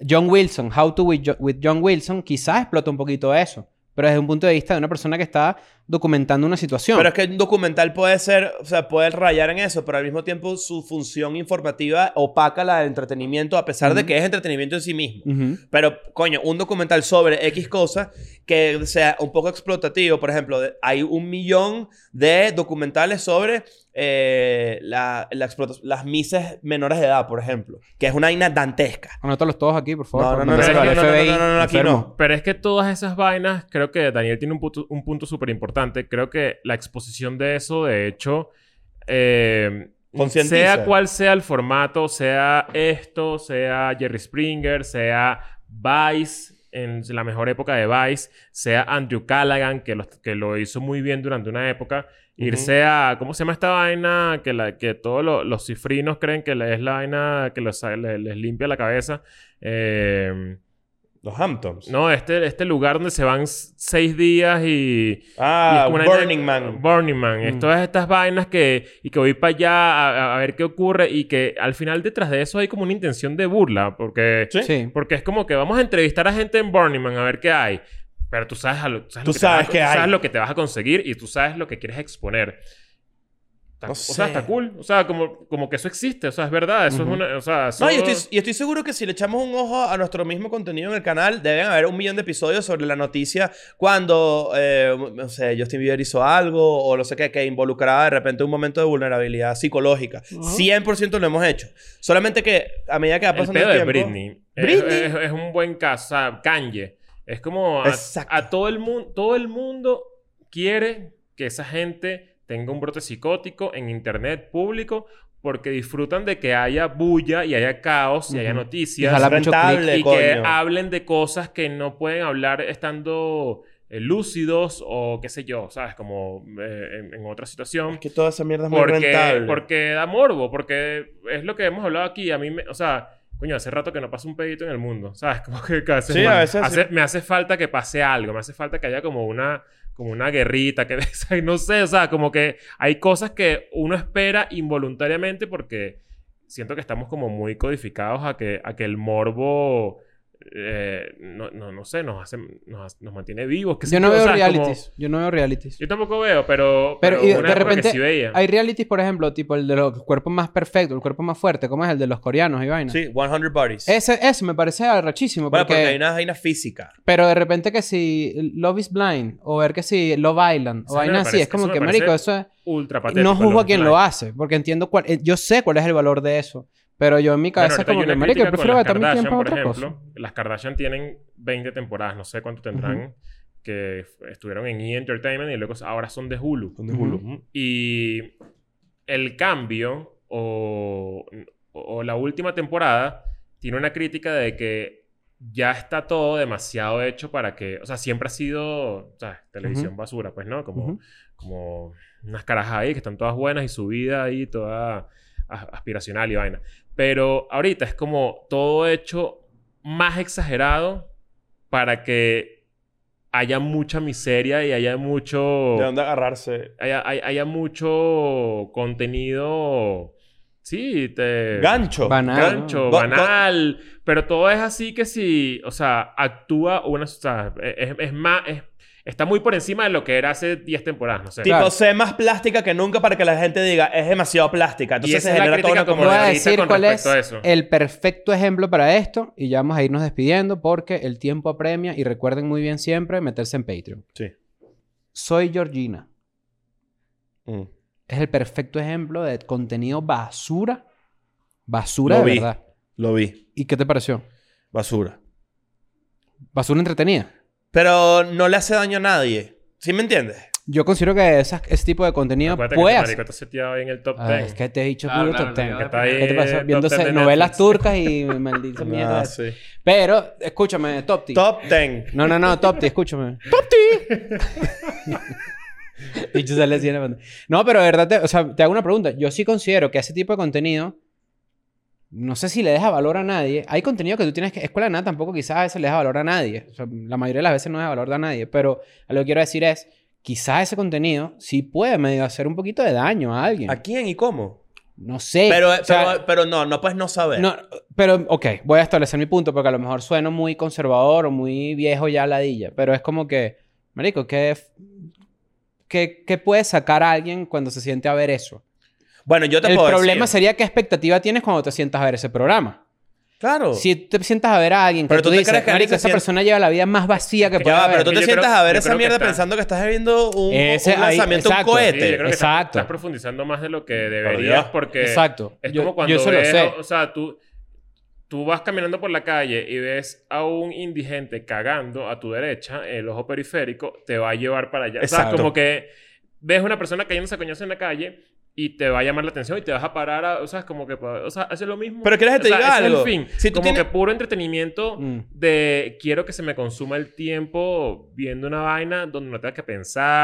[SPEAKER 1] John Wilson, How to with, Jo- with John Wilson, quizás explota un poquito eso, pero desde un punto de vista de una persona que está documentando una situación.
[SPEAKER 2] Pero es que un documental puede ser, o sea, puede rayar en eso, pero al mismo tiempo su función informativa opaca la del entretenimiento, a pesar de
[SPEAKER 1] Ujú.
[SPEAKER 2] que es entretenimiento en sí mismo.
[SPEAKER 1] Ujú.
[SPEAKER 2] Pero, coño, un documental sobre X cosas que sea un poco explotativo. Por ejemplo, de- hay un millón de documentales sobre eh, la- la explota- las mises menores de edad, por ejemplo. Que es una vaina dantesca.
[SPEAKER 1] Anótalos todos aquí, por favor.
[SPEAKER 2] No, no,
[SPEAKER 1] para
[SPEAKER 2] no,
[SPEAKER 3] no,
[SPEAKER 1] mandárselo
[SPEAKER 3] no,
[SPEAKER 1] al
[SPEAKER 2] no, no,
[SPEAKER 1] FBI,
[SPEAKER 2] no, no, no, no, aquí
[SPEAKER 1] enfermo.
[SPEAKER 2] no.
[SPEAKER 3] Pero es que todas esas vainas, creo que Daniel tiene un punto, un punto súper importante. Creo que la exposición de eso, de hecho, eh,
[SPEAKER 2] Concientiza.
[SPEAKER 3] sea cual sea el formato, sea esto, sea Jerry Springer, sea Vice, en la mejor época de Vice, sea Andrew Callaghan, que lo, que lo hizo muy bien durante una época. Irse a... ¿Cómo se llama esta vaina? Que, la, que todos lo- los cifrinos creen que la- es la vaina que los- le- les limpia la cabeza. Eh,
[SPEAKER 2] Los Hamptons.
[SPEAKER 3] no, este, este lugar donde se van s- seis días y... y es
[SPEAKER 2] Ah,
[SPEAKER 3] como una-
[SPEAKER 2] Burning Man.
[SPEAKER 3] Burning Man. Es
[SPEAKER 1] Mm.
[SPEAKER 3] todas estas vainas que... Y que voy para allá a, a- a ver qué ocurre. Y que al final detrás de eso hay como una intención de burla. Porque...
[SPEAKER 2] Sí.
[SPEAKER 1] Sí.
[SPEAKER 3] Porque es como que vamos a entrevistar a gente en Burning Man a ver qué hay. Pero tú sabes, a lo, sabes
[SPEAKER 2] Tú
[SPEAKER 3] lo que te vas a-
[SPEAKER 2] sabes qué
[SPEAKER 3] tú
[SPEAKER 2] hay.
[SPEAKER 3] sabes lo que te vas a conseguir y tú sabes lo que quieres exponer. Está-
[SPEAKER 2] No
[SPEAKER 3] o sea,
[SPEAKER 2] sé.
[SPEAKER 3] está cool. O sea, como, como que eso existe. O sea, es verdad. Eso
[SPEAKER 1] Ujú.
[SPEAKER 3] es una... O sea, eso-
[SPEAKER 2] No, y estoy, y estoy seguro que si le echamos un ojo a nuestro mismo contenido en el canal, deben haber un millón de episodios sobre la noticia cuando, eh, no sé, Justin Bieber hizo algo o no sé qué, que involucraba de repente un momento de vulnerabilidad psicológica. 100% lo hemos hecho. Solamente que a medida que va
[SPEAKER 3] El
[SPEAKER 2] pasando el,
[SPEAKER 3] pedo de
[SPEAKER 2] tiempo...
[SPEAKER 3] Britney. Es-
[SPEAKER 2] Britney.
[SPEAKER 3] Es, es un buen caso. O sea, Kanye. Es como a,
[SPEAKER 2] Exacto.
[SPEAKER 3] a todo el mundo... Todo el mundo quiere que esa gente tenga un brote psicótico en internet público porque disfrutan de que haya bulla y haya caos y haya
[SPEAKER 1] Ujú.
[SPEAKER 3] noticias.
[SPEAKER 1] Ojalá mucho
[SPEAKER 2] rentable,
[SPEAKER 3] y
[SPEAKER 2] coño.
[SPEAKER 3] que hablen de cosas que no pueden hablar estando eh, lúcidos o qué sé yo, ¿sabes? Como eh, en, en otra situación.
[SPEAKER 2] Es que toda esa mierda es muy
[SPEAKER 3] Porque,
[SPEAKER 2] rentable.
[SPEAKER 3] porque da morbo, porque es lo que hemos hablado aquí. A mí, me, o sea, coño, hace rato que no pasa un pedito en el mundo, ¿sabes? Como que casi
[SPEAKER 2] Sí, a veces
[SPEAKER 3] hace- me hace falta que pase algo, me hace falta que haya como una, como una guerrita, que no sé, o sea, como que hay cosas que uno espera involuntariamente porque siento que estamos como muy codificados a que, a que el morbo, eh, no, no, no sé, nos, hace, nos, hace- nos mantiene vivos. qué sé
[SPEAKER 1] Yo no
[SPEAKER 3] o
[SPEAKER 1] veo
[SPEAKER 3] sea, es como-
[SPEAKER 1] realities. Yo no veo realities.
[SPEAKER 3] yo tampoco veo, pero,
[SPEAKER 1] Pero, y de-
[SPEAKER 3] una
[SPEAKER 1] de
[SPEAKER 3] época que
[SPEAKER 1] repente
[SPEAKER 3] sí veía.
[SPEAKER 1] Hay realities, por ejemplo, tipo el de los cuerpos más perfectos, el cuerpo más fuerte, como es el de los coreanos y vaina.
[SPEAKER 2] Sí, 100 Bodies.
[SPEAKER 1] Ese, ese me parece arrachísimo.
[SPEAKER 2] bueno,
[SPEAKER 1] porque,
[SPEAKER 2] porque hay una vaina física.
[SPEAKER 1] Pero de repente que si Love is Blind o ver que si Love Island
[SPEAKER 3] Eso
[SPEAKER 1] o
[SPEAKER 3] me
[SPEAKER 1] vaina así,
[SPEAKER 3] parece-
[SPEAKER 1] es como
[SPEAKER 3] eso me
[SPEAKER 1] que,
[SPEAKER 3] parece
[SPEAKER 1] marico, eso es...
[SPEAKER 3] ultra
[SPEAKER 1] no juzgo a quien lo
[SPEAKER 3] hace.
[SPEAKER 1] hace, porque entiendo cuál... eh, Yo sé cuál es el valor de eso. Pero yo en mi cabeza
[SPEAKER 3] Bueno,
[SPEAKER 1] es
[SPEAKER 3] ahorita hay
[SPEAKER 1] como que,
[SPEAKER 3] una
[SPEAKER 1] marico, yo
[SPEAKER 3] crítica
[SPEAKER 1] prefiero
[SPEAKER 3] con las
[SPEAKER 1] gastar mi
[SPEAKER 3] Kardashian,
[SPEAKER 1] tiempo en
[SPEAKER 3] por
[SPEAKER 1] otra
[SPEAKER 3] ejemplo.
[SPEAKER 1] cosa.
[SPEAKER 3] Las Kardashian tienen 20 temporadas, no sé cuánto tendrán, que f- estuvieron en E! Entertainment y luego ahora son de Hulu.
[SPEAKER 2] Son
[SPEAKER 1] de Hulu.
[SPEAKER 3] Y el cambio o, o la última temporada tiene una crítica de que ya está todo demasiado hecho para que, o sea, siempre ha sido, ¿sabes? Televisión basura, pues, ¿no? Como,
[SPEAKER 1] Ujú.
[SPEAKER 3] como unas carajas ahí que están todas buenas y su vida ahí toda as- aspiracional y vaina. Pero ahorita es como todo hecho más exagerado para que haya mucha miseria y haya mucho
[SPEAKER 2] De dónde agarrarse.
[SPEAKER 3] haya, hay- haya mucho contenido. Sí, te.
[SPEAKER 2] Gancho.
[SPEAKER 1] Banal.
[SPEAKER 2] Gan-
[SPEAKER 3] Eh, gancho,
[SPEAKER 2] Go-
[SPEAKER 3] banal. Pero todo es así que si. O sea, actúa una. O sea, es, es más. es- está muy por encima de lo que era hace 10 temporadas, no sé.
[SPEAKER 2] Tipo,
[SPEAKER 1] Claro.
[SPEAKER 2] sé más plástica que nunca para que la gente diga, es demasiado plástica.
[SPEAKER 3] Y
[SPEAKER 2] Entonces
[SPEAKER 3] esa
[SPEAKER 2] se
[SPEAKER 3] es la
[SPEAKER 2] genera toda una
[SPEAKER 3] crítica como
[SPEAKER 1] Voy a
[SPEAKER 3] Ahorita
[SPEAKER 1] decir
[SPEAKER 3] con
[SPEAKER 1] cuál es
[SPEAKER 3] respecto a eso.
[SPEAKER 1] el perfecto ejemplo para esto y ya vamos a irnos despidiendo porque el tiempo apremia y recuerden muy bien siempre meterse en Patreon.
[SPEAKER 2] Sí.
[SPEAKER 1] Soy Georgina.
[SPEAKER 2] Mm.
[SPEAKER 1] Es el perfecto ejemplo de contenido basura. Basura
[SPEAKER 2] Lo
[SPEAKER 1] de
[SPEAKER 2] vi.
[SPEAKER 1] verdad.
[SPEAKER 2] Lo vi.
[SPEAKER 1] ¿Y qué te pareció?
[SPEAKER 2] Basura.
[SPEAKER 1] Basura entretenida.
[SPEAKER 2] Pero no le hace daño a nadie. ¿Sí me entiendes?
[SPEAKER 1] Yo considero que esas- ese tipo de contenido
[SPEAKER 3] Acuérdate que
[SPEAKER 1] puede
[SPEAKER 3] este
[SPEAKER 1] hacer-
[SPEAKER 3] marico está seteado ahí en el top 10.
[SPEAKER 1] pues, Ah, es que te he dicho
[SPEAKER 4] Claro,
[SPEAKER 1] puro
[SPEAKER 4] claro,
[SPEAKER 1] top ten.
[SPEAKER 4] lo
[SPEAKER 3] que
[SPEAKER 4] digo.
[SPEAKER 3] está ahí.
[SPEAKER 1] ¿Qué te pasó?
[SPEAKER 3] top
[SPEAKER 1] Viéndose
[SPEAKER 3] 10 de
[SPEAKER 1] novelas
[SPEAKER 3] Eh, Netflix.
[SPEAKER 1] turcas y maldita mierda.
[SPEAKER 2] Ah, sí.
[SPEAKER 1] Pero, escúchame, Top T.
[SPEAKER 2] Top 10.
[SPEAKER 1] No, no, no, Topti, escúchame. ¡Topti! Dicho sale así en la pantalla. No, pero de verdad, te, o sea, te hago una pregunta. Yo sí considero que ese tipo de contenido, no sé si le deja valor a nadie. Hay contenido que tú tienes que. Escuela de nada tampoco quizás a veces le deja valor a nadie. O sea, la mayoría de las veces no deja valor a nadie. Pero a lo que quiero decir es quizás ese contenido sí puede medio hacer un poquito de daño a alguien.
[SPEAKER 2] ¿A quién y cómo?
[SPEAKER 1] No sé.
[SPEAKER 2] Pero,
[SPEAKER 1] Eh, o sea,
[SPEAKER 2] pero, pero no, no puedes no saber.
[SPEAKER 1] no, pero, ok, voy a establecer mi punto porque a lo mejor sueno muy conservador o muy viejo ya ladilla, pero es como que, marico, ¿qué, f- qué, qué puede sacar a alguien cuando se siente a ver eso?
[SPEAKER 2] Bueno, yo te
[SPEAKER 1] El
[SPEAKER 2] puedo
[SPEAKER 1] problema
[SPEAKER 2] decir.
[SPEAKER 1] sería qué expectativa tienes cuando te sientas a ver ese programa.
[SPEAKER 2] Claro.
[SPEAKER 1] Si te sientas a ver a alguien que
[SPEAKER 2] Oh. Pero
[SPEAKER 1] tú,
[SPEAKER 2] tú te
[SPEAKER 1] dices,
[SPEAKER 2] crees que
[SPEAKER 1] marico,
[SPEAKER 2] alguien se
[SPEAKER 1] esta
[SPEAKER 2] siente-
[SPEAKER 1] persona lleva la vida más vacía que
[SPEAKER 3] Ya
[SPEAKER 1] puede
[SPEAKER 2] Ya va,
[SPEAKER 1] haber.
[SPEAKER 2] pero tú te
[SPEAKER 3] yo
[SPEAKER 2] sientas
[SPEAKER 3] creo-
[SPEAKER 2] a ver
[SPEAKER 3] yo
[SPEAKER 2] esa
[SPEAKER 3] creo que
[SPEAKER 2] mierda
[SPEAKER 3] está-
[SPEAKER 2] pensando que estás viendo un,
[SPEAKER 1] Ese
[SPEAKER 2] un
[SPEAKER 1] ahí-
[SPEAKER 2] lanzamiento,
[SPEAKER 1] exacto.
[SPEAKER 2] un
[SPEAKER 3] Sí, yo
[SPEAKER 2] cohete.
[SPEAKER 3] creo que estás-
[SPEAKER 1] Exacto.
[SPEAKER 3] Estás profundizando más de lo que
[SPEAKER 2] Dios.
[SPEAKER 3] deberías porque...
[SPEAKER 1] Exacto.
[SPEAKER 3] Es
[SPEAKER 1] Yo-
[SPEAKER 3] como cuando
[SPEAKER 1] yo eso lo
[SPEAKER 3] ves,
[SPEAKER 1] sé.
[SPEAKER 3] o sea, tú, tú vas caminando por la calle y ves a un indigente cagando a tu derecha, el ojo periférico te va a llevar para allá. O sea,
[SPEAKER 2] Exacto.
[SPEAKER 3] como que ves una persona cayéndose a coñazo en la calle y te va a llamar la atención y te vas a parar a, o sea, es como que, pa- o sea, hace lo mismo.
[SPEAKER 2] Pero quieres que
[SPEAKER 3] O
[SPEAKER 2] te
[SPEAKER 3] sea,
[SPEAKER 2] diga
[SPEAKER 3] ese
[SPEAKER 2] algo.
[SPEAKER 3] Es el fin.
[SPEAKER 2] Si tú
[SPEAKER 3] como
[SPEAKER 2] tienes-
[SPEAKER 3] que puro entretenimiento
[SPEAKER 1] Mm.
[SPEAKER 3] de quiero que se me consuma el tiempo viendo una vaina donde no tenga que pensar.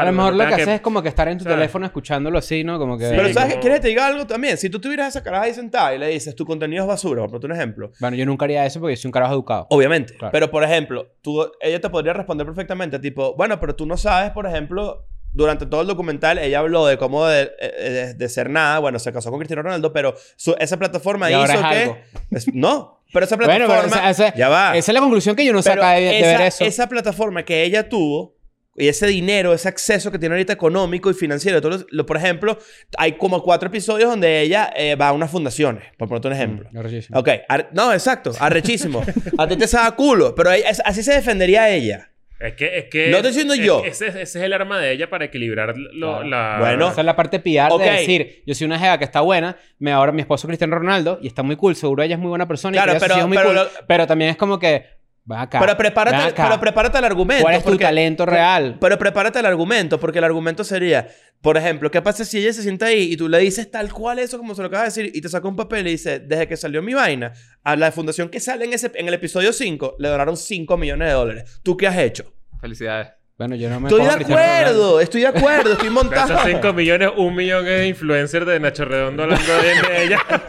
[SPEAKER 1] A lo
[SPEAKER 3] donde no
[SPEAKER 1] mejor lo que
[SPEAKER 3] tenga
[SPEAKER 1] haces es como que estar en tu
[SPEAKER 3] ¿sabes?
[SPEAKER 1] teléfono escuchándolo así, ¿no? Como que...
[SPEAKER 3] Sí,
[SPEAKER 2] Pero ¿sabes
[SPEAKER 3] como-
[SPEAKER 2] qué? ¿Quieres que te diga algo también? Si tú tuvieras esa caraja ahí sentada y le dices, tu contenido es basura, por ponerte un ejemplo.
[SPEAKER 1] Bueno, yo nunca haría eso porque yo soy un carajo educado.
[SPEAKER 2] Obviamente.
[SPEAKER 1] Claro.
[SPEAKER 2] Pero, por ejemplo, tú, ella te podría responder perfectamente, tipo, bueno, pero tú no sabes, por ejemplo, durante todo el documental ella habló de cómo de, eh, de- de ser nada, bueno, se casó con Cristiano Ronaldo, pero su- esa plataforma
[SPEAKER 1] Y
[SPEAKER 2] hizo
[SPEAKER 1] ahora es
[SPEAKER 2] que...
[SPEAKER 1] algo.
[SPEAKER 2] es- no, pero esa
[SPEAKER 1] Bueno,
[SPEAKER 2] plataforma...
[SPEAKER 1] pero esa, esa-
[SPEAKER 2] ya va.
[SPEAKER 1] esa es la conclusión que yo no
[SPEAKER 2] Pero
[SPEAKER 1] saca de, de
[SPEAKER 2] esa,
[SPEAKER 1] ver eso.
[SPEAKER 2] esa plataforma que ella tuvo y ese dinero, ese acceso que tiene ahorita económico y financiero, todos los- lo- por ejemplo, hay como cuatro episodios donde ella eh, va a unas fundaciones, por ponerte un ejemplo.
[SPEAKER 1] Mm, arrechísimo.
[SPEAKER 2] Ok, ar- no, exacto, arrechísimo. a ti te saca culo, pero ella- es- así se defendería ella.
[SPEAKER 3] Es que, es que...
[SPEAKER 2] No estoy diciendo
[SPEAKER 3] es-
[SPEAKER 2] yo.
[SPEAKER 3] Ese, ese es el arma de ella para equilibrar lo-
[SPEAKER 1] Claro.
[SPEAKER 3] la...
[SPEAKER 2] Bueno.
[SPEAKER 1] Esa es la parte PR
[SPEAKER 2] Ok.
[SPEAKER 1] de decir, yo soy una jeva que está buena, me ahora mi esposo es Cristiano Ronaldo y está muy cool, seguro ella es muy buena persona
[SPEAKER 2] Claro,
[SPEAKER 1] y que ella
[SPEAKER 2] pero-
[SPEAKER 1] sí es muy
[SPEAKER 2] pero
[SPEAKER 1] cool,
[SPEAKER 2] lo-
[SPEAKER 1] pero también es como que va acá.
[SPEAKER 2] Pero
[SPEAKER 1] ven
[SPEAKER 2] prepárate,
[SPEAKER 1] acá.
[SPEAKER 2] pero prepárate el argumento.
[SPEAKER 1] ¿Cuál es tu
[SPEAKER 2] porque-
[SPEAKER 1] talento real?
[SPEAKER 2] Pero prepárate el argumento, porque el argumento sería, por ejemplo, ¿qué pasa si ella se sienta ahí y tú le dices tal cual eso como se lo acabas de decir y te saca un papel y dice, desde que salió mi vaina, a la fundación que sale en, ese, en el episodio 5 le donaron 5 millones de dólares? ¿Tú qué has hecho?
[SPEAKER 4] Felicidades.
[SPEAKER 1] Bueno, yo no me
[SPEAKER 2] Estoy
[SPEAKER 1] cojo
[SPEAKER 2] de
[SPEAKER 1] a Cristiano Ronaldo.
[SPEAKER 2] acuerdo, estoy de acuerdo, estoy
[SPEAKER 3] De esos
[SPEAKER 2] montado.
[SPEAKER 3] 5 millones, un millón es influencer de Nacho Redondo hablando bien de ella.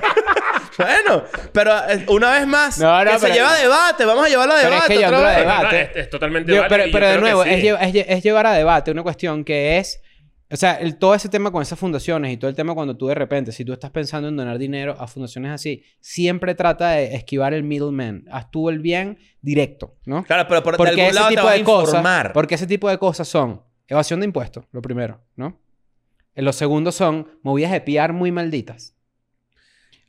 [SPEAKER 2] Bueno, pero eh, una vez más,
[SPEAKER 1] No, no,
[SPEAKER 2] que se
[SPEAKER 1] pero-
[SPEAKER 2] lleva a debate, vamos a llevarlo a
[SPEAKER 1] Pero es
[SPEAKER 2] debate.
[SPEAKER 1] que yo
[SPEAKER 2] otra
[SPEAKER 1] ando
[SPEAKER 2] vez.
[SPEAKER 1] de-
[SPEAKER 3] No, no,
[SPEAKER 1] debate.
[SPEAKER 3] es, es totalmente
[SPEAKER 1] Yo-
[SPEAKER 3] válido
[SPEAKER 1] pero,
[SPEAKER 3] y yo
[SPEAKER 1] pero de
[SPEAKER 3] creo que
[SPEAKER 1] nuevo,
[SPEAKER 3] sí.
[SPEAKER 1] es, lle- es lle- es llevar a debate una cuestión que es... O sea, el- todo ese tema con esas fundaciones y todo el tema cuando tú de repente, si tú estás pensando en donar dinero a fundaciones así, siempre trata de esquivar el middleman. Haz tú el bien directo, ¿no?
[SPEAKER 2] Claro, pero por, de
[SPEAKER 1] Porque
[SPEAKER 2] algún
[SPEAKER 1] ese
[SPEAKER 2] lado te
[SPEAKER 1] tipo
[SPEAKER 2] vas a
[SPEAKER 1] de cosas,
[SPEAKER 2] informar.
[SPEAKER 1] porque ese tipo de cosas son evasión de impuestos, lo primero, ¿no? Eh, Lo segundo son movidas de piar muy malditas.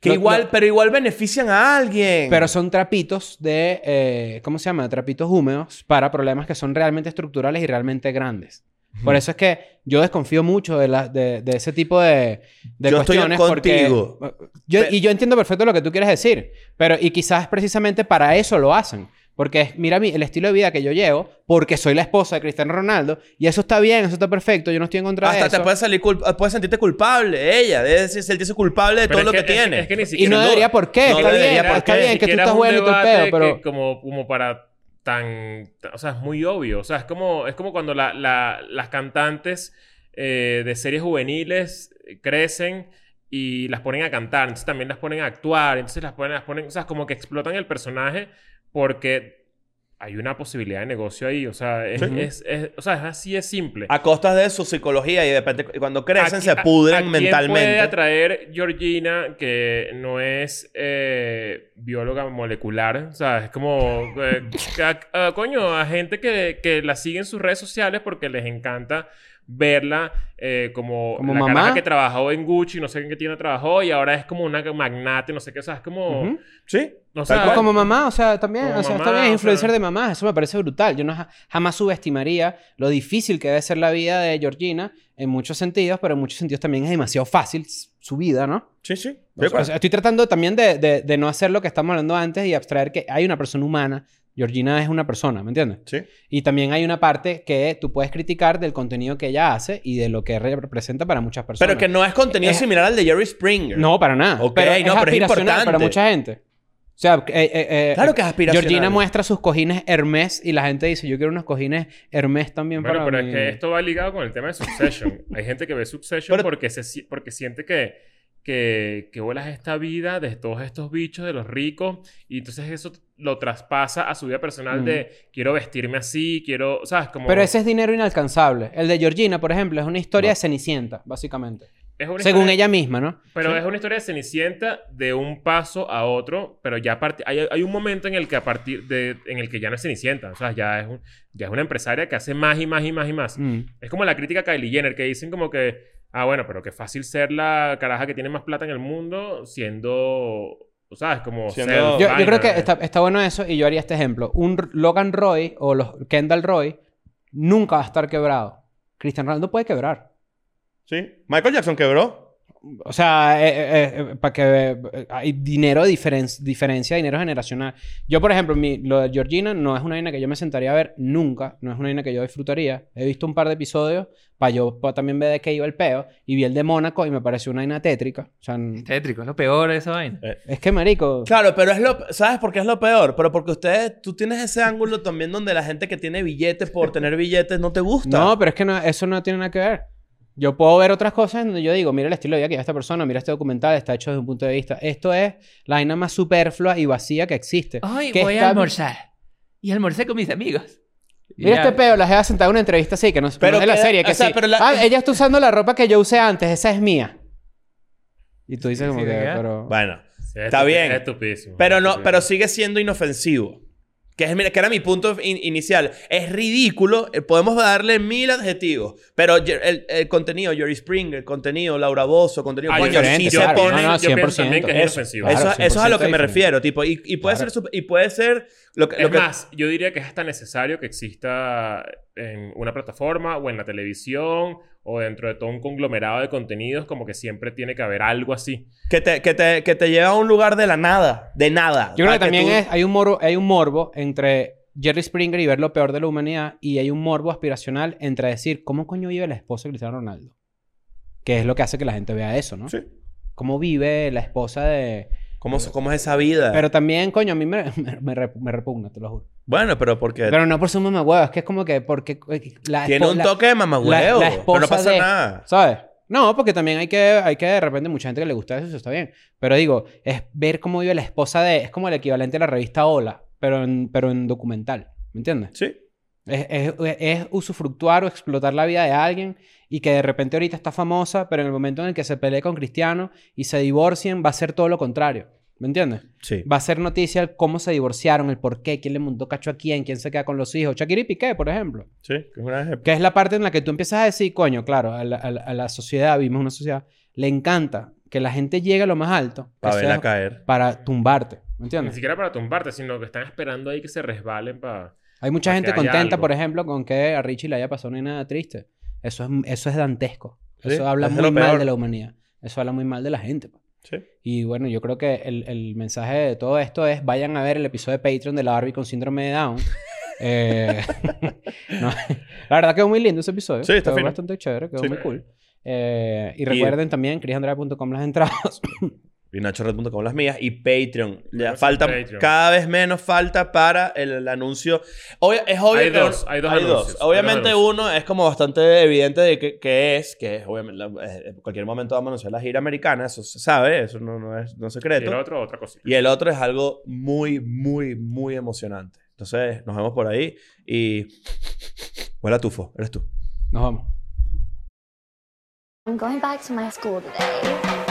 [SPEAKER 2] Que
[SPEAKER 1] Lo-
[SPEAKER 2] igual,
[SPEAKER 1] lo-
[SPEAKER 2] pero igual benefician a alguien.
[SPEAKER 1] pero son trapitos de, eh, ¿cómo se llama? Trapitos húmedos para problemas que son realmente estructurales y realmente grandes. Por eso es que yo desconfío mucho de, la, de, de ese tipo de, de
[SPEAKER 2] Yo estoy
[SPEAKER 1] cuestiones.
[SPEAKER 2] contigo.
[SPEAKER 1] Porque yo, y yo entiendo perfecto lo que tú quieres decir. Pero, y quizás precisamente para eso lo hacen. Porque es, mira mi- el estilo de vida que yo llevo, porque soy la esposa de Cristiano Ronaldo, y eso está bien, eso está perfecto, yo no estoy en contra de
[SPEAKER 2] Hasta
[SPEAKER 1] eso.
[SPEAKER 2] te puedes, salir cul- puedes sentirte culpable, ella, debe ser- sentirse culpable de todo
[SPEAKER 3] Pero es
[SPEAKER 2] lo que,
[SPEAKER 3] es-
[SPEAKER 2] tiene.
[SPEAKER 3] Es, que ni
[SPEAKER 1] y
[SPEAKER 3] siquiera...
[SPEAKER 1] no
[SPEAKER 2] sin
[SPEAKER 1] debería
[SPEAKER 2] duda.
[SPEAKER 1] por qué,
[SPEAKER 2] No
[SPEAKER 1] está
[SPEAKER 2] debería
[SPEAKER 1] bien,
[SPEAKER 2] por
[SPEAKER 1] está
[SPEAKER 2] qué,
[SPEAKER 1] bien que tú
[SPEAKER 3] siquiera
[SPEAKER 1] estás
[SPEAKER 3] es un
[SPEAKER 1] bueno y todo el
[SPEAKER 3] debate
[SPEAKER 1] pedo, pero...
[SPEAKER 3] que como, como para tan... O sea, es muy obvio. O sea, es como, es como cuando la- la- las cantantes eh, de series juveniles eh, crecen y las ponen a cantar. Entonces también las ponen a actuar. Entonces las ponen... Las ponen o sea, es como que explotan el personaje porque... Hay una posibilidad de negocio ahí. O sea, es,
[SPEAKER 2] Sí.
[SPEAKER 3] es- es- o sea, es así es simple.
[SPEAKER 2] A costas de su psicología y de repente y cuando
[SPEAKER 3] ¿A
[SPEAKER 2] crecen
[SPEAKER 3] qui-
[SPEAKER 2] se
[SPEAKER 3] a- ¿a
[SPEAKER 2] pudren
[SPEAKER 3] quién puede
[SPEAKER 2] mentalmente.
[SPEAKER 3] atraer Georgina, que no es eh, bióloga molecular? O sea, es como... eh, a- a- coño, a gente que, que la sigue en sus redes sociales porque les encanta verla eh, como,
[SPEAKER 1] Como
[SPEAKER 3] la
[SPEAKER 1] mamá.
[SPEAKER 3] caraja que trabajó en Gucci, no sé en qué tienda trabajó, y ahora es como una magnate, no sé qué. O sea, es como...
[SPEAKER 1] Ujú.
[SPEAKER 2] Sí.
[SPEAKER 3] No
[SPEAKER 2] Tal
[SPEAKER 3] sé,
[SPEAKER 2] cual.
[SPEAKER 1] Como mamá, o sea, también,
[SPEAKER 3] Como
[SPEAKER 1] o sea,
[SPEAKER 3] mamá,
[SPEAKER 1] está bien es
[SPEAKER 3] o
[SPEAKER 1] influencer
[SPEAKER 3] sea.
[SPEAKER 1] de mamá, eso me parece brutal. Yo no ja- jamás subestimaría lo difícil que debe ser la vida de Georgina en muchos sentidos, pero en muchos sentidos también es demasiado fácil s- su vida, ¿no?
[SPEAKER 2] Sí, sí.
[SPEAKER 1] O sea, o sea, estoy tratando también de, de- de no hacer lo que estamos hablando antes y abstraer que hay una persona humana. Georgina es una persona, ¿me entiendes?
[SPEAKER 2] Sí.
[SPEAKER 1] Y también hay una parte que tú puedes criticar del contenido que ella hace y de lo que re- representa para muchas personas.
[SPEAKER 2] Pero que no es contenido
[SPEAKER 1] Es-
[SPEAKER 2] similar al de Jerry Springer.
[SPEAKER 1] Eh, No, para nada.
[SPEAKER 2] Ok,
[SPEAKER 1] pero
[SPEAKER 2] no,
[SPEAKER 1] es
[SPEAKER 2] pero es
[SPEAKER 1] aspiracional para
[SPEAKER 2] importante.
[SPEAKER 1] mucha gente. O sea, eh, eh, eh,
[SPEAKER 2] Claro que es aspiracional.
[SPEAKER 1] Georgina muestra sus cojines Hermes y la gente dice, yo quiero unos cojines Hermes también para
[SPEAKER 3] Bueno, pero
[SPEAKER 1] mí".
[SPEAKER 3] es que esto va ligado con el tema de Succession. Hay gente que ve Succession
[SPEAKER 2] Pero-
[SPEAKER 3] porque, se, si- porque siente que, que, que bolas esta vida de todos estos bichos, de los ricos, y entonces eso lo traspasa a su vida personal
[SPEAKER 1] Mm.
[SPEAKER 3] de quiero vestirme así, quiero, ¿sabes? Como
[SPEAKER 1] Pero ese es dinero inalcanzable. El de Georgina, por ejemplo, es una historia
[SPEAKER 3] No.
[SPEAKER 1] de Cenicienta, básicamente.
[SPEAKER 3] es una
[SPEAKER 1] Según
[SPEAKER 3] historia-
[SPEAKER 1] ella misma, ¿no?
[SPEAKER 3] Pero
[SPEAKER 1] Sí.
[SPEAKER 3] es una historia de Cenicienta de un paso a otro, pero ya a parti- hay, hay un momento en el que a partir de en el que ya no es Cenicienta, o sea, ya es un- ya es una empresaria que hace más y más y más y más.
[SPEAKER 1] Mm.
[SPEAKER 3] Es como la crítica a Kylie Jenner que dicen como que ah bueno, pero qué fácil ser la caraja que tiene más plata en el mundo siendo, o sea, es como
[SPEAKER 2] Siendo-
[SPEAKER 3] ser
[SPEAKER 1] Yo, yo
[SPEAKER 3] vaina,
[SPEAKER 1] creo que
[SPEAKER 3] eh.
[SPEAKER 1] está, está bueno eso y yo haría este ejemplo. Un R- Logan Roy o los Kendall Roy nunca va a estar quebrado. Cristian Ronaldo puede quebrar.
[SPEAKER 2] Sí. Michael Jackson quebró.
[SPEAKER 1] O sea, para que eh, hay dinero, diferen- diferencia, dinero generacional. Yo, por ejemplo, mi- lo de Georgina no es una vaina que yo me sentaría a ver nunca, no es una vaina que yo disfrutaría. He visto un par de episodios para yo pa también ver de qué iba el peo y vi el de Mónaco y me pareció una vaina tétrica. O sea, n-
[SPEAKER 4] Tétrico, es lo peor de esa vaina.
[SPEAKER 1] es que marico.
[SPEAKER 2] Claro, pero es lo... ¿Sabes por qué es lo peor? Pero porque ustedes... Tú tienes ese ángulo también donde la gente que tiene billetes por tener billetes no te gusta.
[SPEAKER 1] No, pero es que no- eso no tiene nada que ver. Yo puedo ver otras cosas donde yo digo, mira el estilo de vida que lleva esta persona, mira este documental, está hecho desde un punto de vista. Esto es la vaina más superflua y vacía que existe.
[SPEAKER 4] Hoy
[SPEAKER 1] Que
[SPEAKER 4] voy
[SPEAKER 1] está-
[SPEAKER 4] a almorzar. Y almorcé con mis amigos.
[SPEAKER 1] Mira
[SPEAKER 4] Ya.
[SPEAKER 1] este peo, las he sentado en una entrevista así, que no,
[SPEAKER 2] Pero
[SPEAKER 1] no es de la
[SPEAKER 2] que-
[SPEAKER 1] serie, que
[SPEAKER 2] o sea,
[SPEAKER 1] sí.
[SPEAKER 2] pero la-
[SPEAKER 1] Ah, ella está usando la ropa que yo usé antes, esa es mía. Y tú dices
[SPEAKER 4] Sí,
[SPEAKER 1] como
[SPEAKER 4] sí,
[SPEAKER 1] que,
[SPEAKER 2] ah,
[SPEAKER 4] ¿verdad?
[SPEAKER 1] pero...
[SPEAKER 2] Bueno.
[SPEAKER 3] Sí,
[SPEAKER 2] Está
[SPEAKER 3] estupi-
[SPEAKER 2] bien.
[SPEAKER 3] es estupidísimo.
[SPEAKER 2] Pero no,
[SPEAKER 3] Estupidísimo.
[SPEAKER 2] pero sigue siendo inofensivo. Que, es, mira, que era mi punto in- inicial. Es ridículo. eh, podemos darle mil adjetivos. Pero Jer- el, el contenido, Jerry Springer, contenido, Laura Bozo, contenido...
[SPEAKER 3] Ah,
[SPEAKER 2] coño,
[SPEAKER 1] diferente,
[SPEAKER 2] sí se
[SPEAKER 1] claro.
[SPEAKER 2] pone-
[SPEAKER 1] No, no,
[SPEAKER 3] yo pienso
[SPEAKER 1] 100%.
[SPEAKER 3] también que es
[SPEAKER 2] Eso,
[SPEAKER 3] inofensivo.
[SPEAKER 1] Claro,
[SPEAKER 2] eso, eso es a lo que
[SPEAKER 1] 100%
[SPEAKER 2] me refiero, tipo. Y, y puede
[SPEAKER 1] Claro.
[SPEAKER 2] ser... sup- Y puede ser... Lo que,
[SPEAKER 3] Es
[SPEAKER 2] lo que-
[SPEAKER 3] más, yo diría que es hasta necesario que exista en una plataforma o en la televisión o dentro de todo un conglomerado de contenidos, como que siempre tiene que haber algo así.
[SPEAKER 2] que, te, que, te, que te lleva a un lugar de la nada. De nada.
[SPEAKER 1] Yo creo
[SPEAKER 2] A
[SPEAKER 1] que también
[SPEAKER 2] tú-
[SPEAKER 1] es, hay, un morbo, hay un morbo entre Jerry Springer y ver lo peor de la humanidad y hay un morbo aspiracional entre decir, ¿cómo coño vive la esposa de Cristiano Ronaldo? Que es lo que hace que la gente vea eso, ¿no?
[SPEAKER 2] Sí.
[SPEAKER 1] ¿Cómo vive la esposa de...?
[SPEAKER 2] ¿Cómo, cómo es esa vida?
[SPEAKER 1] Pero también, coño, a mí me, me, me rep- me repugna, te lo juro.
[SPEAKER 2] bueno, pero porque...
[SPEAKER 1] Pero no por su mamá huevo, es que es como que porque eh, la
[SPEAKER 2] tiene
[SPEAKER 1] espo-
[SPEAKER 2] un
[SPEAKER 1] la-
[SPEAKER 2] toque de mamagüeo.
[SPEAKER 1] la- la
[SPEAKER 2] Pero no
[SPEAKER 1] esposa
[SPEAKER 2] pasa
[SPEAKER 1] de-
[SPEAKER 2] nada.
[SPEAKER 1] ¿Sabes? No, porque también hay que, hay que de repente mucha gente que le gusta eso, eso está bien. Pero digo, es ver cómo vive la esposa de... Es como el equivalente a la revista Hola, pero en, pero en documental, ¿me entiendes?
[SPEAKER 2] Sí.
[SPEAKER 1] Es, es, es usufructuar o explotar la vida de alguien y que de repente ahorita está famosa, pero en el momento en el que se pelee con Cristiano y se divorcien, va a ser todo lo contrario. ¿Me entiendes?
[SPEAKER 2] Sí.
[SPEAKER 1] Va a ser noticia el cómo se divorciaron, el por qué, quién le montó cacho a quién, quién se queda con los hijos. Shakira y Piqué, por ejemplo.
[SPEAKER 2] Sí. Que es una ej-
[SPEAKER 1] Que es la parte en la que tú empiezas a decir, coño, claro, a la, a la- a la sociedad, vivimos en una sociedad, le encanta que la gente llegue a lo más alto que
[SPEAKER 2] Para
[SPEAKER 1] sea
[SPEAKER 2] verla caer.
[SPEAKER 1] para tumbarte. ¿Me
[SPEAKER 3] Ni
[SPEAKER 1] entiendes?
[SPEAKER 3] siquiera para tumbarte, sino que están esperando ahí que se resbalen para...
[SPEAKER 1] Hay mucha
[SPEAKER 3] Para
[SPEAKER 1] gente
[SPEAKER 3] que haya
[SPEAKER 1] contenta,
[SPEAKER 3] algo.
[SPEAKER 1] por ejemplo, con que a Richie le haya pasado una nada triste. Eso es, eso es dantesco.
[SPEAKER 2] Sí,
[SPEAKER 1] Eso habla
[SPEAKER 2] es
[SPEAKER 1] muy
[SPEAKER 2] lo
[SPEAKER 1] mal
[SPEAKER 2] peor.
[SPEAKER 1] de la humanidad. Eso habla muy mal de la gente. pa.
[SPEAKER 2] Sí.
[SPEAKER 1] Y bueno, yo creo que el, el mensaje de todo esto es: vayan a ver el episodio de Patreon de la Barbie con síndrome de Down. Eh, no, la verdad quedó muy lindo ese episodio.
[SPEAKER 2] Sí, está
[SPEAKER 1] Quedó
[SPEAKER 2] fino.
[SPEAKER 1] bastante chévere, quedó
[SPEAKER 2] Sí.
[SPEAKER 1] muy cool. Eh, y recuerden también crisandrade.com las entradas.
[SPEAKER 2] Y NachoRed.com las mías. Y Patreon. Ya
[SPEAKER 3] Bueno,
[SPEAKER 2] falta,
[SPEAKER 3] sí, Patreon.
[SPEAKER 2] cada vez menos falta para el, el anuncio. Obvio- es obvio
[SPEAKER 3] Hay
[SPEAKER 2] que
[SPEAKER 3] dos,
[SPEAKER 2] uno-
[SPEAKER 3] hay dos anuncios, hay
[SPEAKER 2] Obviamente
[SPEAKER 3] dos anuncios.
[SPEAKER 2] uno es como bastante evidente de que, que es, que es obviamente, la- eh, en cualquier momento vamos a anunciar la gira americana, eso se sabe, eso no, no es no es
[SPEAKER 3] Y el
[SPEAKER 2] secreto.
[SPEAKER 3] otro, otra cosita.
[SPEAKER 2] Y el otro es algo muy, muy, muy emocionante. Entonces, nos vemos por ahí y... Huele a tufo, eres tú.
[SPEAKER 1] Nos vamos.
[SPEAKER 5] I'm going back to my school today.